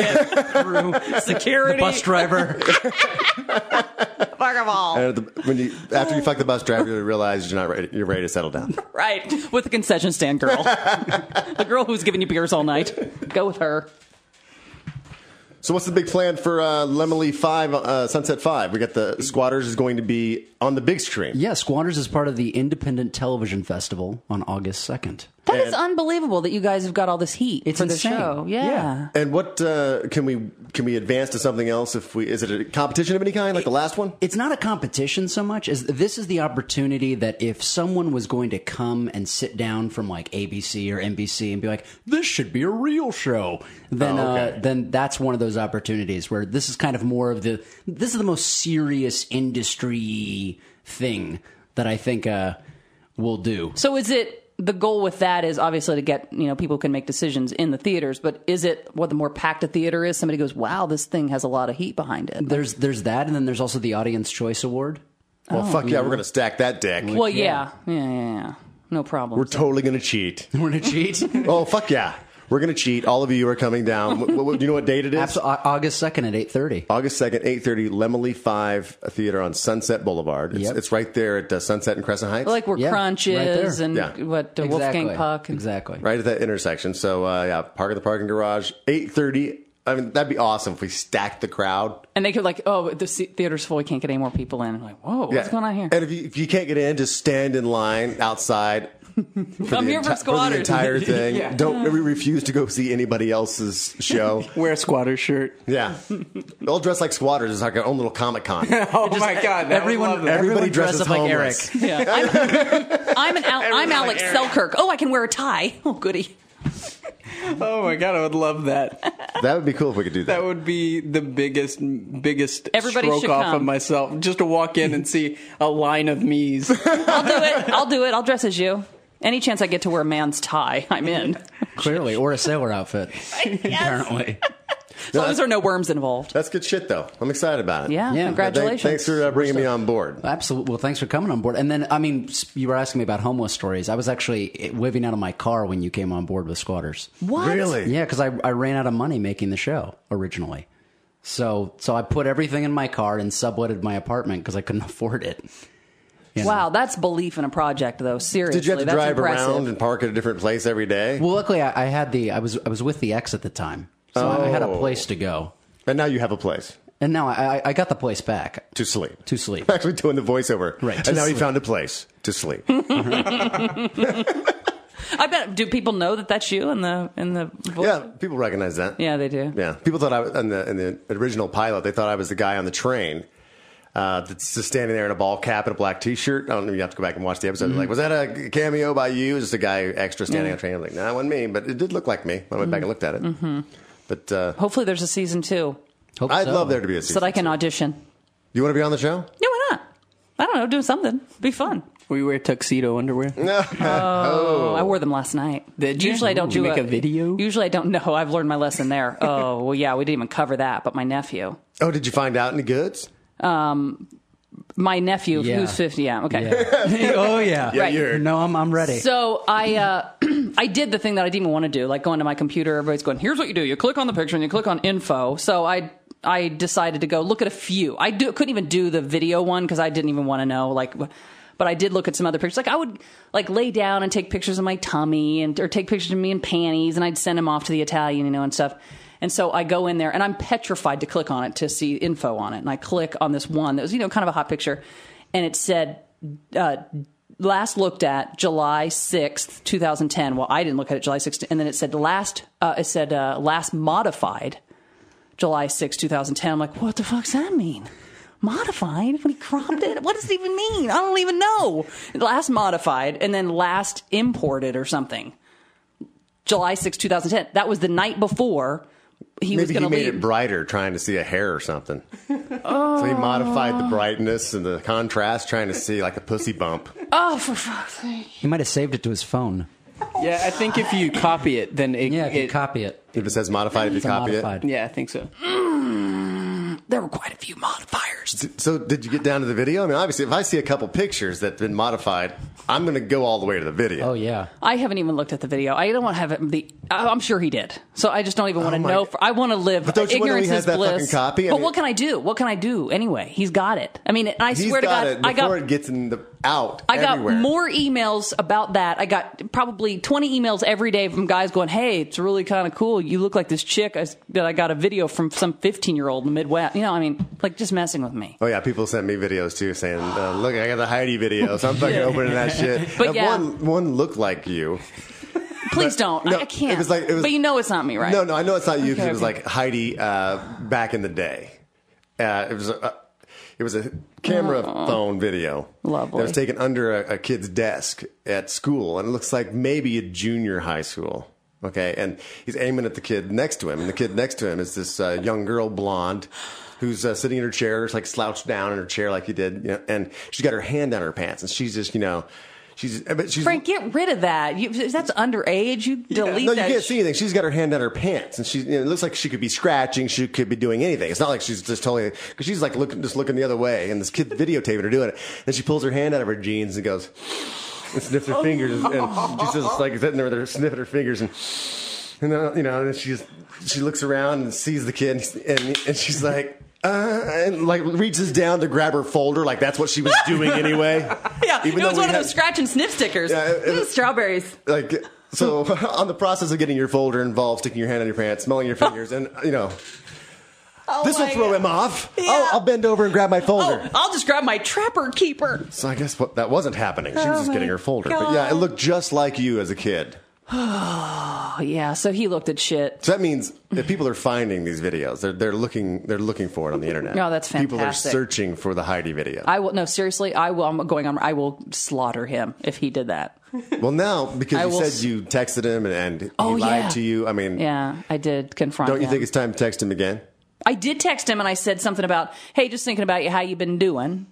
S3: fucking
S5: crew,
S3: security,
S5: the bus driver.
S3: fuck 'em all.
S2: And at the- when you, after you fuck the bus driver, you realize you're not ready, you're ready to settle down.
S3: Right. With the concession stand girl. the girl who's giving you beers all night. Go with her.
S2: So what's the big plan for uh, Lemily Five uh, Sunset Five? We got the Squatters is going to be on the big screen.
S5: Yeah, Squatters is part of the Independent Television Festival on August second.
S3: That is
S2: And-
S3: unbelievable that you guys have got all this heat
S5: It's
S3: for
S5: insane.
S3: the show. Yeah.
S5: Yeah.
S2: And what uh, can we can we advance to something else? If we is it a competition of any kind, like the last one?
S5: it's not a competition so much as this is the opportunity that if someone was going to come and sit down from like ABC or NBC and be like, this should be a real show, then
S2: Oh, okay.
S5: uh, then that's one of those opportunities where this is kind of more of the this is the most serious industry thing that I think uh, we'll do.
S3: So is it the goal with that is obviously to get, you know, people can make decisions in the theaters, but is it what the more packed a theater is, somebody goes, Wow, this thing has a lot of heat behind it.
S5: There's there's that, and then there's also the Audience Choice Award.
S2: Well, fuck yeah, we're gonna stack that deck.
S3: Oh. well, yeah. Yeah, yeah, yeah. No problem.
S2: We're totally gonna cheat.
S5: We're gonna cheat.
S2: oh fuck yeah, we're gonna cheat. All of you are coming down. Wh- wh- Do you know what date it is?
S5: Abso- Au- August second at eight thirty.
S2: August 2nd, 8.30, Lemily 5 Theater on Sunset Boulevard. It's,
S5: Yep.
S2: it's right there at uh, Sunset and Crescent Heights.
S3: like we're
S5: Yeah, right
S3: crunches
S5: there.
S3: and
S2: Yeah.
S3: what the Wolfgang Puck and
S5: Exactly.
S2: right at that intersection. So uh, yeah, park at the parking garage. Eight thirty. I mean, that'd be awesome if we stacked the crowd.
S3: and they could like, oh, the se- theater's full. We can't get any more people in. I'm like, whoa, what's
S2: Yeah.
S3: going on here?
S2: And if you, if you can't get in, just stand in line
S3: (laughs)
S2: outside. For the
S3: I'm here for
S2: enti- the
S3: squatters. (laughs)
S2: entire thing.
S6: Yeah.
S2: Don't we refuse to go see anybody else's
S3: (laughs)
S2: show.
S6: Wear a squatter shirt.
S2: yeah, all dressed like squatters is like our own little comic
S3: (laughs)
S2: con. Everybody
S6: Oh my god!
S5: Everyone, everyone
S2: dresses
S5: dresses up like Eric.
S2: homeless.
S3: Yeah. I'm, (laughs) I'm an Al- I'm Alex Selkirk. Oh, I can wear a tie. (laughs) Oh, goody.
S6: Oh my god! I would love that.
S2: That would be cool if we could do that.
S6: That would be the biggest, biggest
S3: Everybody
S6: stroke
S3: should
S6: off of
S3: come.
S6: myself. Just to walk in and see a line of me's.
S3: I'll do it. I'll do it. I'll dress as you. Any chance I get to wear a man's tie, I'm in.
S5: Clearly, or a sailor outfit. Apparently,
S3: As long as there are no worms involved.
S2: That's good shit, though. I'm excited about it.
S3: Yeah.
S5: Yeah.
S3: Congratulations.
S2: Thank- Thanks for uh, bringing me on board.
S5: absolutely. Well, thanks for coming on board. And then, I mean, s- you were asking me about homeless stories. I was actually eh, living out of my car when you came on board with Squatters.
S3: What?
S2: Really?
S5: Yeah, because I, I ran out of money making the show originally. So so I put everything in my car and subletted my apartment because I couldn't (laughs) afford it. You know?
S3: Wow, that's belief in a project, though. Seriously,
S2: Did you have to
S3: that's
S2: drive
S3: impressive.
S2: around and park at a different place every day?
S5: Well, luckily I, I had the I was I was with the ex at the time, so I had a
S2: Oh.
S5: place to go,
S2: and now you have a place.
S5: and now I I- I got the place back
S2: to sleep.
S5: to sleep.
S2: I'm (laughs) actually doing the voiceover.
S5: Right, to
S2: And now he
S5: sleep.
S2: found a place to sleep.
S3: I bet. Do people know that that's you in the in the? Voice?
S2: yeah, people recognize that.
S3: Yeah, they do.
S2: Yeah. People thought I was, in the, in the original pilot, they thought I was the guy on the train. Uh, that's just standing there in a ball cap and a black T-shirt. I don't know. You have to go back and watch the episode. They're Like, was that a cameo by you? Is this a guy extra standing on a train? I'm like, no, nah, it wasn't me, but it did look like me. I went back and looked at it. But uh,
S3: Hopefully, there's a season two
S5: Hope
S2: I'd
S5: so.
S2: love there to be a
S3: so
S2: season.
S3: that I can audition.
S2: you want to be on the show?
S3: Yeah, why not? I don't know. Do something. Be fun.
S6: (laughs) we wear tuxedo underwear.
S3: Oh, I wore them last night.
S6: Did you?
S3: Usually I don't
S6: Did you
S3: do
S6: make a video?
S3: Usually I don't know. I've learned my lesson there. Oh well, yeah, we didn't even cover that. But my nephew,
S2: Oh, did you find out any goods?
S3: Um, my nephew
S5: Yeah.
S3: who's 50. Yeah, okay.
S5: Yeah. (laughs) oh yeah.
S3: Right. you heard.
S5: No, I'm I'm ready.
S3: So I uh, (clears throat) I did the thing that I didn't even want to do, like going to my computer. Everybody's going, "Here's what you do: you click on the picture and you click on info." So I I decided to go look at a few. I do, couldn't even do the video one because I didn't even want to know like. wh- But I did look at some other pictures. Like I would like lay down and take pictures of my tummy and or take pictures of me in panties, and I'd send them off to the Italian, you know, and stuff. And so I go in there and I'm petrified to click on it to see info on it. And I click on this one that was, you know, kind of a hot picture. And it said uh, last looked at July 6th, 2010. Well, I didn't look at it July 6th. And then it said last, uh, it said uh, last modified July 6th, 2010. I'm like, what the fuck's that mean? Modified? When he cropped it? What does it even mean? I don't even know. Last modified and then last imported or something. July 6th, 2010. That was the night before he was
S2: Maybe
S3: going
S2: he
S3: to
S2: made
S3: leave.
S2: it brighter, trying to see a hair or something. So he modified
S3: Oh.
S2: the brightness and the contrast, trying to see like a pussy bump.
S3: oh, for fuck's sake.
S5: he might have saved it to his phone.
S6: Yeah, I think if you copy it, then it.
S5: Yeah, if you
S6: it-
S5: copy it.
S2: If it says modified, if you
S5: It's a
S2: copy
S5: modified.
S6: Yeah, I think so.
S3: There were quite a few modifiers.
S2: it. So did you get down to the video? I mean, obviously, if I see a couple pictures that've been modified, I'm going to go all the way to the video.
S5: Oh yeah.
S3: I haven't even looked at the video. I don't want to have it. The I- I'm sure he did. So I just don't even want to
S2: Oh my
S3: know.
S2: God.
S3: For, I want to live.
S2: But don't you wanna
S3: Ignorance
S2: know he
S3: is
S2: has that
S3: bliss.
S2: fucking copy? I
S3: but
S2: mean-
S3: what can I do? What can I do anyway? He's got it. I mean, I
S2: He's
S3: swear to
S2: got
S3: God,
S2: it before
S3: I got.
S2: it gets in the out.
S3: I got
S2: everywhere.
S3: more emails about that. I got probably 20 emails every day from guys going, "Hey, it's really kind of cool. You look like this chick I s that I got a video from some 15-year-old in the Midwest." You know, I mean, like just messing with me.
S2: Oh yeah, people sent me videos too, saying, uh, "Look, I got the Heidi video, so I'm
S3: (laughs)
S2: fucking opening that shit."
S3: But
S2: And
S3: yeah.
S2: one one looked like you.
S3: Please don't.
S2: No,
S3: I, I can't.
S2: It was like, it was,
S3: but you know it's not me, right?
S2: No, no, I know it's not you. 'cause
S3: Okay,
S2: it was
S3: okay.
S2: like Heidi uh, back in the day. Uh, it was a, uh, it was a camera phone video.
S3: Oh. Lovely.
S2: That was taken under a, a kid's desk at school, and it looks like maybe a junior high school. Okay, and he's aiming at the kid next to him, and the kid next to him is this uh, young girl, blonde. Who's uh, sitting in her chair, just like slouched down in her chair, like you did, you know, and she's got her hand down her pants, and she's just, you know, she's, but she's
S3: Frank, get rid of that. You, if that's underage. You delete
S2: no, you
S3: that.
S2: can't
S3: sh-
S2: see anything. She's got her hand down her pants, and she you know, it looks like she could be scratching. She could be doing anything. It's not like she's just totally because she's like looking, just looking the other way, and this kid videotaping her doing it. Then she pulls her hand out of her jeans and goes and sniffs
S3: Oh,
S2: her fingers, and she's just like sitting there with her sniffing her fingers, and and uh, you know, and then she just she looks around and sees the kid, and and, and she's like. Uh, and like reaches down to grab her folder, like that's what she was doing anyway.
S3: (laughs) Yeah,
S2: Even
S3: it was
S2: though we
S3: one of
S2: had-
S3: those scratch and sniff stickers.
S2: Yeah, it- it-
S3: Ooh, strawberries.
S2: like so (laughs) on the process of getting your folder involved sticking your hand on your pants smelling your fingers and you know this will
S3: Oh my
S2: throw
S3: God.
S2: him off Oh,
S3: Yeah.
S2: I'll, I'll bend over and grab my folder
S3: Oh, I'll just grab my trapper keeper.
S2: so i guess what that wasn't happening she was
S3: Oh
S2: just
S3: my
S2: getting her folder but yeah it
S3: God.
S2: looked just like you as a kid
S3: Oh yeah, so he looked at shit.
S2: so that means that people are finding these videos they're, they're looking they're looking for it on the internet
S3: No, Oh, that's
S2: people are
S3: fantastic.
S2: searching for the heidi video
S3: I will no seriously. I will. I'm going on. I will slaughter him if he did that.
S2: well now because
S3: I
S2: you
S3: will
S2: said
S3: s-
S2: you texted him and, and
S3: Oh,
S2: he lied
S3: yeah.
S2: to you i mean
S3: Yeah, I did confront.
S2: don't you
S3: him.
S2: think it's time to text him again
S3: I did text him and I said something about, "Hey, just thinking about you. How you been doing?"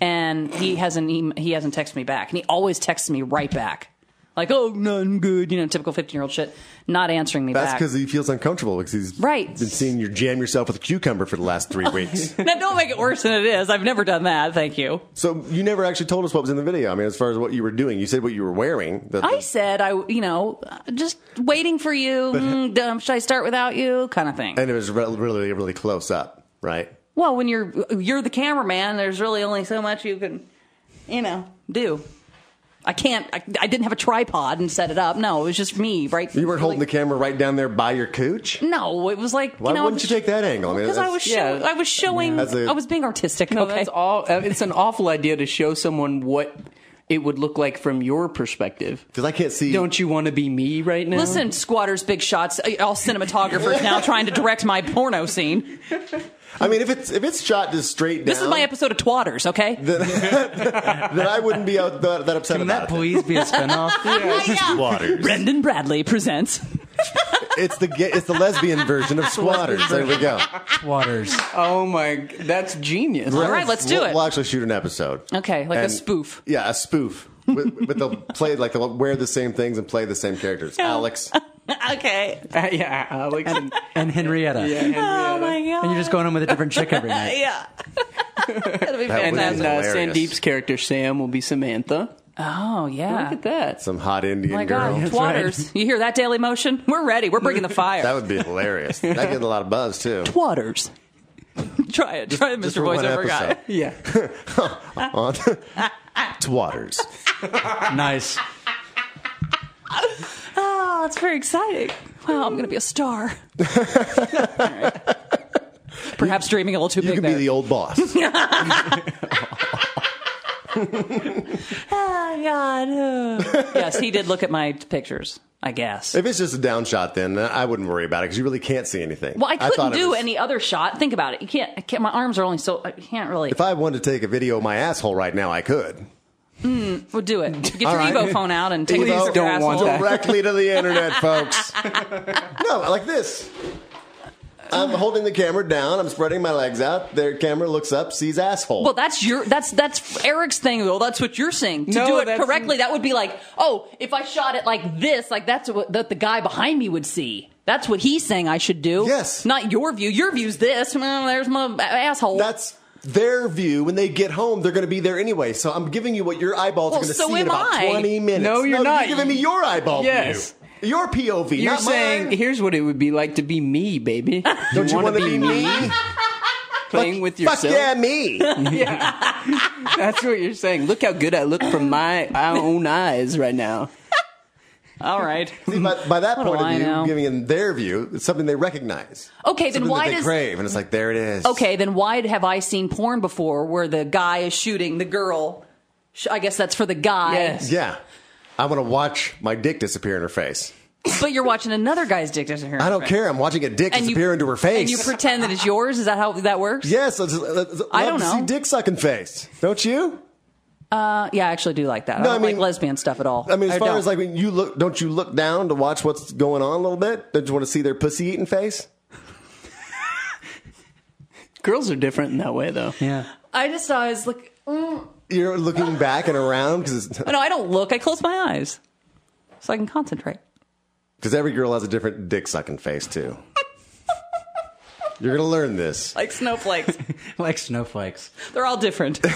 S3: And he hasn't. He, he hasn't texted me back. And he always texts me right back, like, "Oh, none good." You know, typical fifteen year old shit. Not answering me
S2: That's
S3: back.
S2: because he feels uncomfortable because he's
S3: Right.
S2: been seeing you jam yourself with a cucumber for the last three
S3: (laughs)
S2: weeks.
S3: now don't make it worse than it is. I've never done that. Thank you.
S2: so you never actually told us what was in the video. I mean, as far as what you were doing, you said what you were wearing. The,
S3: I said, I, you know, just waiting for you. Mm, dumb, should I start without you? Kind of thing.
S2: and it was re- really, really close up, right?
S3: well, when you're you're the cameraman, there's really only so much you can, you know, do. I can't. I, I didn't have a tripod and set it up. No, it was just me. Right?
S2: You weren't holding the camera right down there by your cooch.
S3: No, it was like.
S2: Why
S3: you know,
S2: wouldn't you take that angle? I mean,
S3: Because I
S2: that's-
S3: was,
S6: Yeah.
S3: show, I was showing.
S2: That's a-
S3: I was being artistic.
S6: No,
S3: okay.
S6: that's all. uh, It's an awful idea to show someone what it would look like from your perspective.
S2: Because I can't see.
S6: Don't you want to be me right now?
S3: Listen, squatters, big shots, uh, all cinematographers now trying to direct my porno scene.
S2: I mean, if it's if it's shot just straight down,
S3: This is my episode of Twatters, okay?
S2: then I wouldn't be out that, that upset
S5: Can
S2: about
S5: that
S2: it.
S5: please be a spinoff?
S2: Squatters.
S3: Brendan Bradley presents.
S2: it's the ga- it's the lesbian version
S3: (laughs)
S2: of squatters. There we go.
S6: (laughs)
S5: Waters.
S6: oh my, g- that's genius.
S3: All right, let's do
S2: we'll,
S3: it.
S2: We'll actually shoot an episode.
S3: Okay, like a spoof.
S2: Yeah, a spoof. but, but they'll (laughs) play like they'll wear the same things and play the same characters. Alex,
S3: okay.
S6: (laughs) yeah, Alex and,
S5: And Henrietta.
S6: yeah, Henrietta.
S3: Oh my god. (laughs)
S5: And you're just going home with a different chick every night.
S3: yeah. That'll be
S2: That would
S6: And
S2: be
S6: then
S3: fantastic.
S6: uh,
S2: hilarious.
S6: Sandeep's character Sam will be Samantha.
S3: Oh yeah.
S6: Look at that.
S2: Some hot Indian
S3: My
S2: girl.
S3: God, Twatters. You hear that, Daily Motion? We're ready. We're bringing the fire.
S2: (laughs) That would be
S3: (laughs)
S2: hilarious. That get a lot of buzz too. (laughs)
S6: Waters.
S3: try it. Try it,
S2: Just
S3: Mr.
S2: for one
S3: Voiceover Guy.
S2: episode.
S6: Yeah.
S2: (laughs) On Twatters.
S5: nice.
S3: (laughs) Oh, it's very exciting. Wow, I'm going to be a
S2: (laughs)
S3: star. (laughs) All right. Perhaps dreaming a little too
S2: You could
S3: big
S2: be
S3: there.
S2: the old boss.
S3: (laughs) oh, God.
S2: (laughs)
S3: Oh. yes, he did look at my pictures, I guess.
S2: if it's just a down shot, then uh, I wouldn't worry about it because you really can't see anything.
S3: Well, I couldn't
S2: thought it
S3: do
S2: was-
S3: any other shot. Think about it. You can't, I can't. My arms are only so. I can't really.
S2: If I wanted to take a video of my asshole right now, I could.
S3: Well, do it. Get your
S2: All right.
S3: Evo
S2: (laughs)
S3: phone out and take a
S2: Evo,
S3: picture of your
S6: don't
S3: asshole.
S6: want that.
S2: Directly to the internet,
S6: (laughs)
S2: folks. No, like this. I'm holding the camera down. I'm spreading my legs out. Their camera looks up, sees asshole.
S3: Well, that's your that's that's Eric's thing though. That's what you're saying. To
S6: No,
S3: do it
S6: that's-
S3: correctly, that would be like, oh, if I shot it like this, like that's what that the guy behind me would see. That's what he's saying I should do.
S2: Yes.
S3: not your view. Your view's this. Well, there's my a- asshole.
S2: That's their view. When they get home, they're going to be there anyway. So I'm giving you what your eyeballs
S3: Well,
S2: are going to
S3: so
S2: see in
S3: am
S2: about
S3: I.
S2: 20 minutes.
S6: No, you're not.
S2: You're giving me your eyeball
S6: Yes.
S2: view. Your POV.
S6: You're
S2: not
S6: saying
S2: mine.
S6: here's what it would be like to be me, (laughs) baby.
S2: Don't you
S6: wanna
S2: want to be me? (laughs)
S6: playing with
S2: Fuck
S6: yourself?
S2: yeah, me.
S6: (laughs) That's what you're saying. Look how good I look from my own eyes right now.
S3: all
S2: (laughs)
S3: right.
S2: See, by, by that
S3: What do
S2: point of
S3: I
S2: view,
S3: know?
S2: giving them their view, it's something they recognize.
S3: Okay, then
S2: Something
S3: why
S2: that they
S3: does
S2: crave? And it's like there it is.
S3: okay then why have I seen porn before where the guy is shooting the girl? Sh- I guess that's for the guy.
S6: Yes.
S2: Yeah. I want to watch my dick disappear in her face.
S3: But you're watching another guy's dick disappear.
S2: I don't care. I'm watching a dick
S3: And you-
S2: disappear into her face.
S3: And you pretend that it's yours. Is that how that works?
S2: yes, let's, let's,
S3: I
S2: love
S3: don't
S2: to See
S3: know.
S2: dick sucking face, don't you?
S3: Yeah, I actually do like that. I
S2: No,
S3: don't
S2: I mean-
S3: like lesbian stuff at all.
S2: I mean, as far
S3: don't.
S2: as like when you look, don't you look down to watch what's going on a little bit? Don't you want to see their pussy eating face?
S6: Girls are different in that way, though.
S5: Yeah.
S3: I just always like, mm.
S2: You're
S3: (laughs)
S2: looking back and around because
S3: no, I don't look. I close my eyes so I can concentrate.
S2: every girl has a different dick sucking face too. You're gonna learn this.
S3: (laughs) Like snowflakes,
S5: Like snowflakes.
S3: they're
S2: (laughs)
S3: all different.
S2: I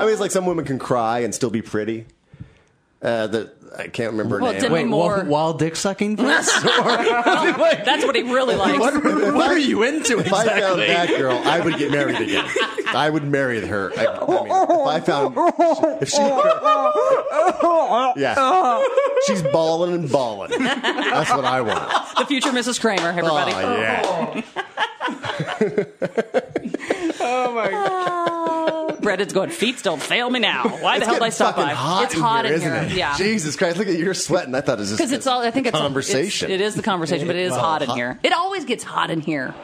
S2: mean, it's
S3: uh,
S2: like some women can cry and still be pretty. Uh, the, I can't remember her
S3: Well,
S2: name.
S3: didn't-
S5: Wait,
S3: More.
S5: while, while dick sucking first?
S3: That's what he really likes. (laughs)
S5: what are you into
S2: If I found
S5: exactly?
S2: that girl, I would get married again. I would marry her. I, I mean, if I found if she, yeah, she's balling and balling. That's what I want.
S3: The future Mrs. Kramer,
S2: Oh
S3: (laughs) everybody.
S2: yeah,
S3: Brendan's going. Feet don't fail me now. Why the hell did I
S2: It's
S3: stop
S2: fucking
S3: by?
S2: hot
S3: it's
S2: in
S3: hot
S2: here,
S3: in
S2: isn't
S3: here.
S2: it?
S3: Yeah.
S2: Jesus Christ, look at you, you're sweating. I thought it was just
S3: Because it's all. I think it's
S2: conversation.
S3: It's, it is the conversation, but it is
S2: Well,
S3: hot in
S2: hot.
S3: here. It always gets hot in here.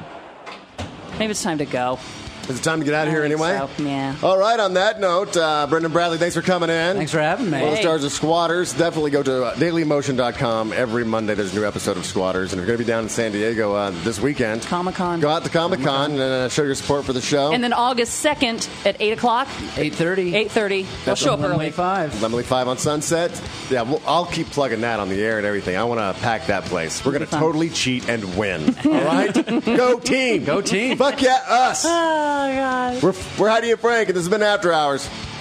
S3: Maybe it's time to go.
S2: Is it time to get out of here
S3: I think
S2: anyway?
S3: so, yeah.
S2: All right. On that note, uh, Brendan Bradley, thanks for coming in.
S5: Thanks for having me.
S2: Well, the
S3: Hey.
S2: stars of Squatters. Definitely go to uh, dailymotion.com. Every Monday, there's a new episode of Squatters. And if you're going to be down in San Diego uh, this weekend,
S3: Comic-Con.
S2: Go out to Comic Con and uh, show your support for the show.
S3: And then August second at eight o'clock,
S5: 8.30.
S3: eight thirty. We'll show up early.
S5: 25.
S2: Lemley 5 on Sunset. Yeah, well, I'll keep plugging that on the air and everything. I want to pack that place. We're going to
S3: fun.
S2: totally cheat and win. All right?
S3: (laughs)
S2: Go team.
S5: Go team.
S2: Fuck yeah, us.
S3: Oh God.
S2: We're, we're Heidi and Frank, and this has been After Hours.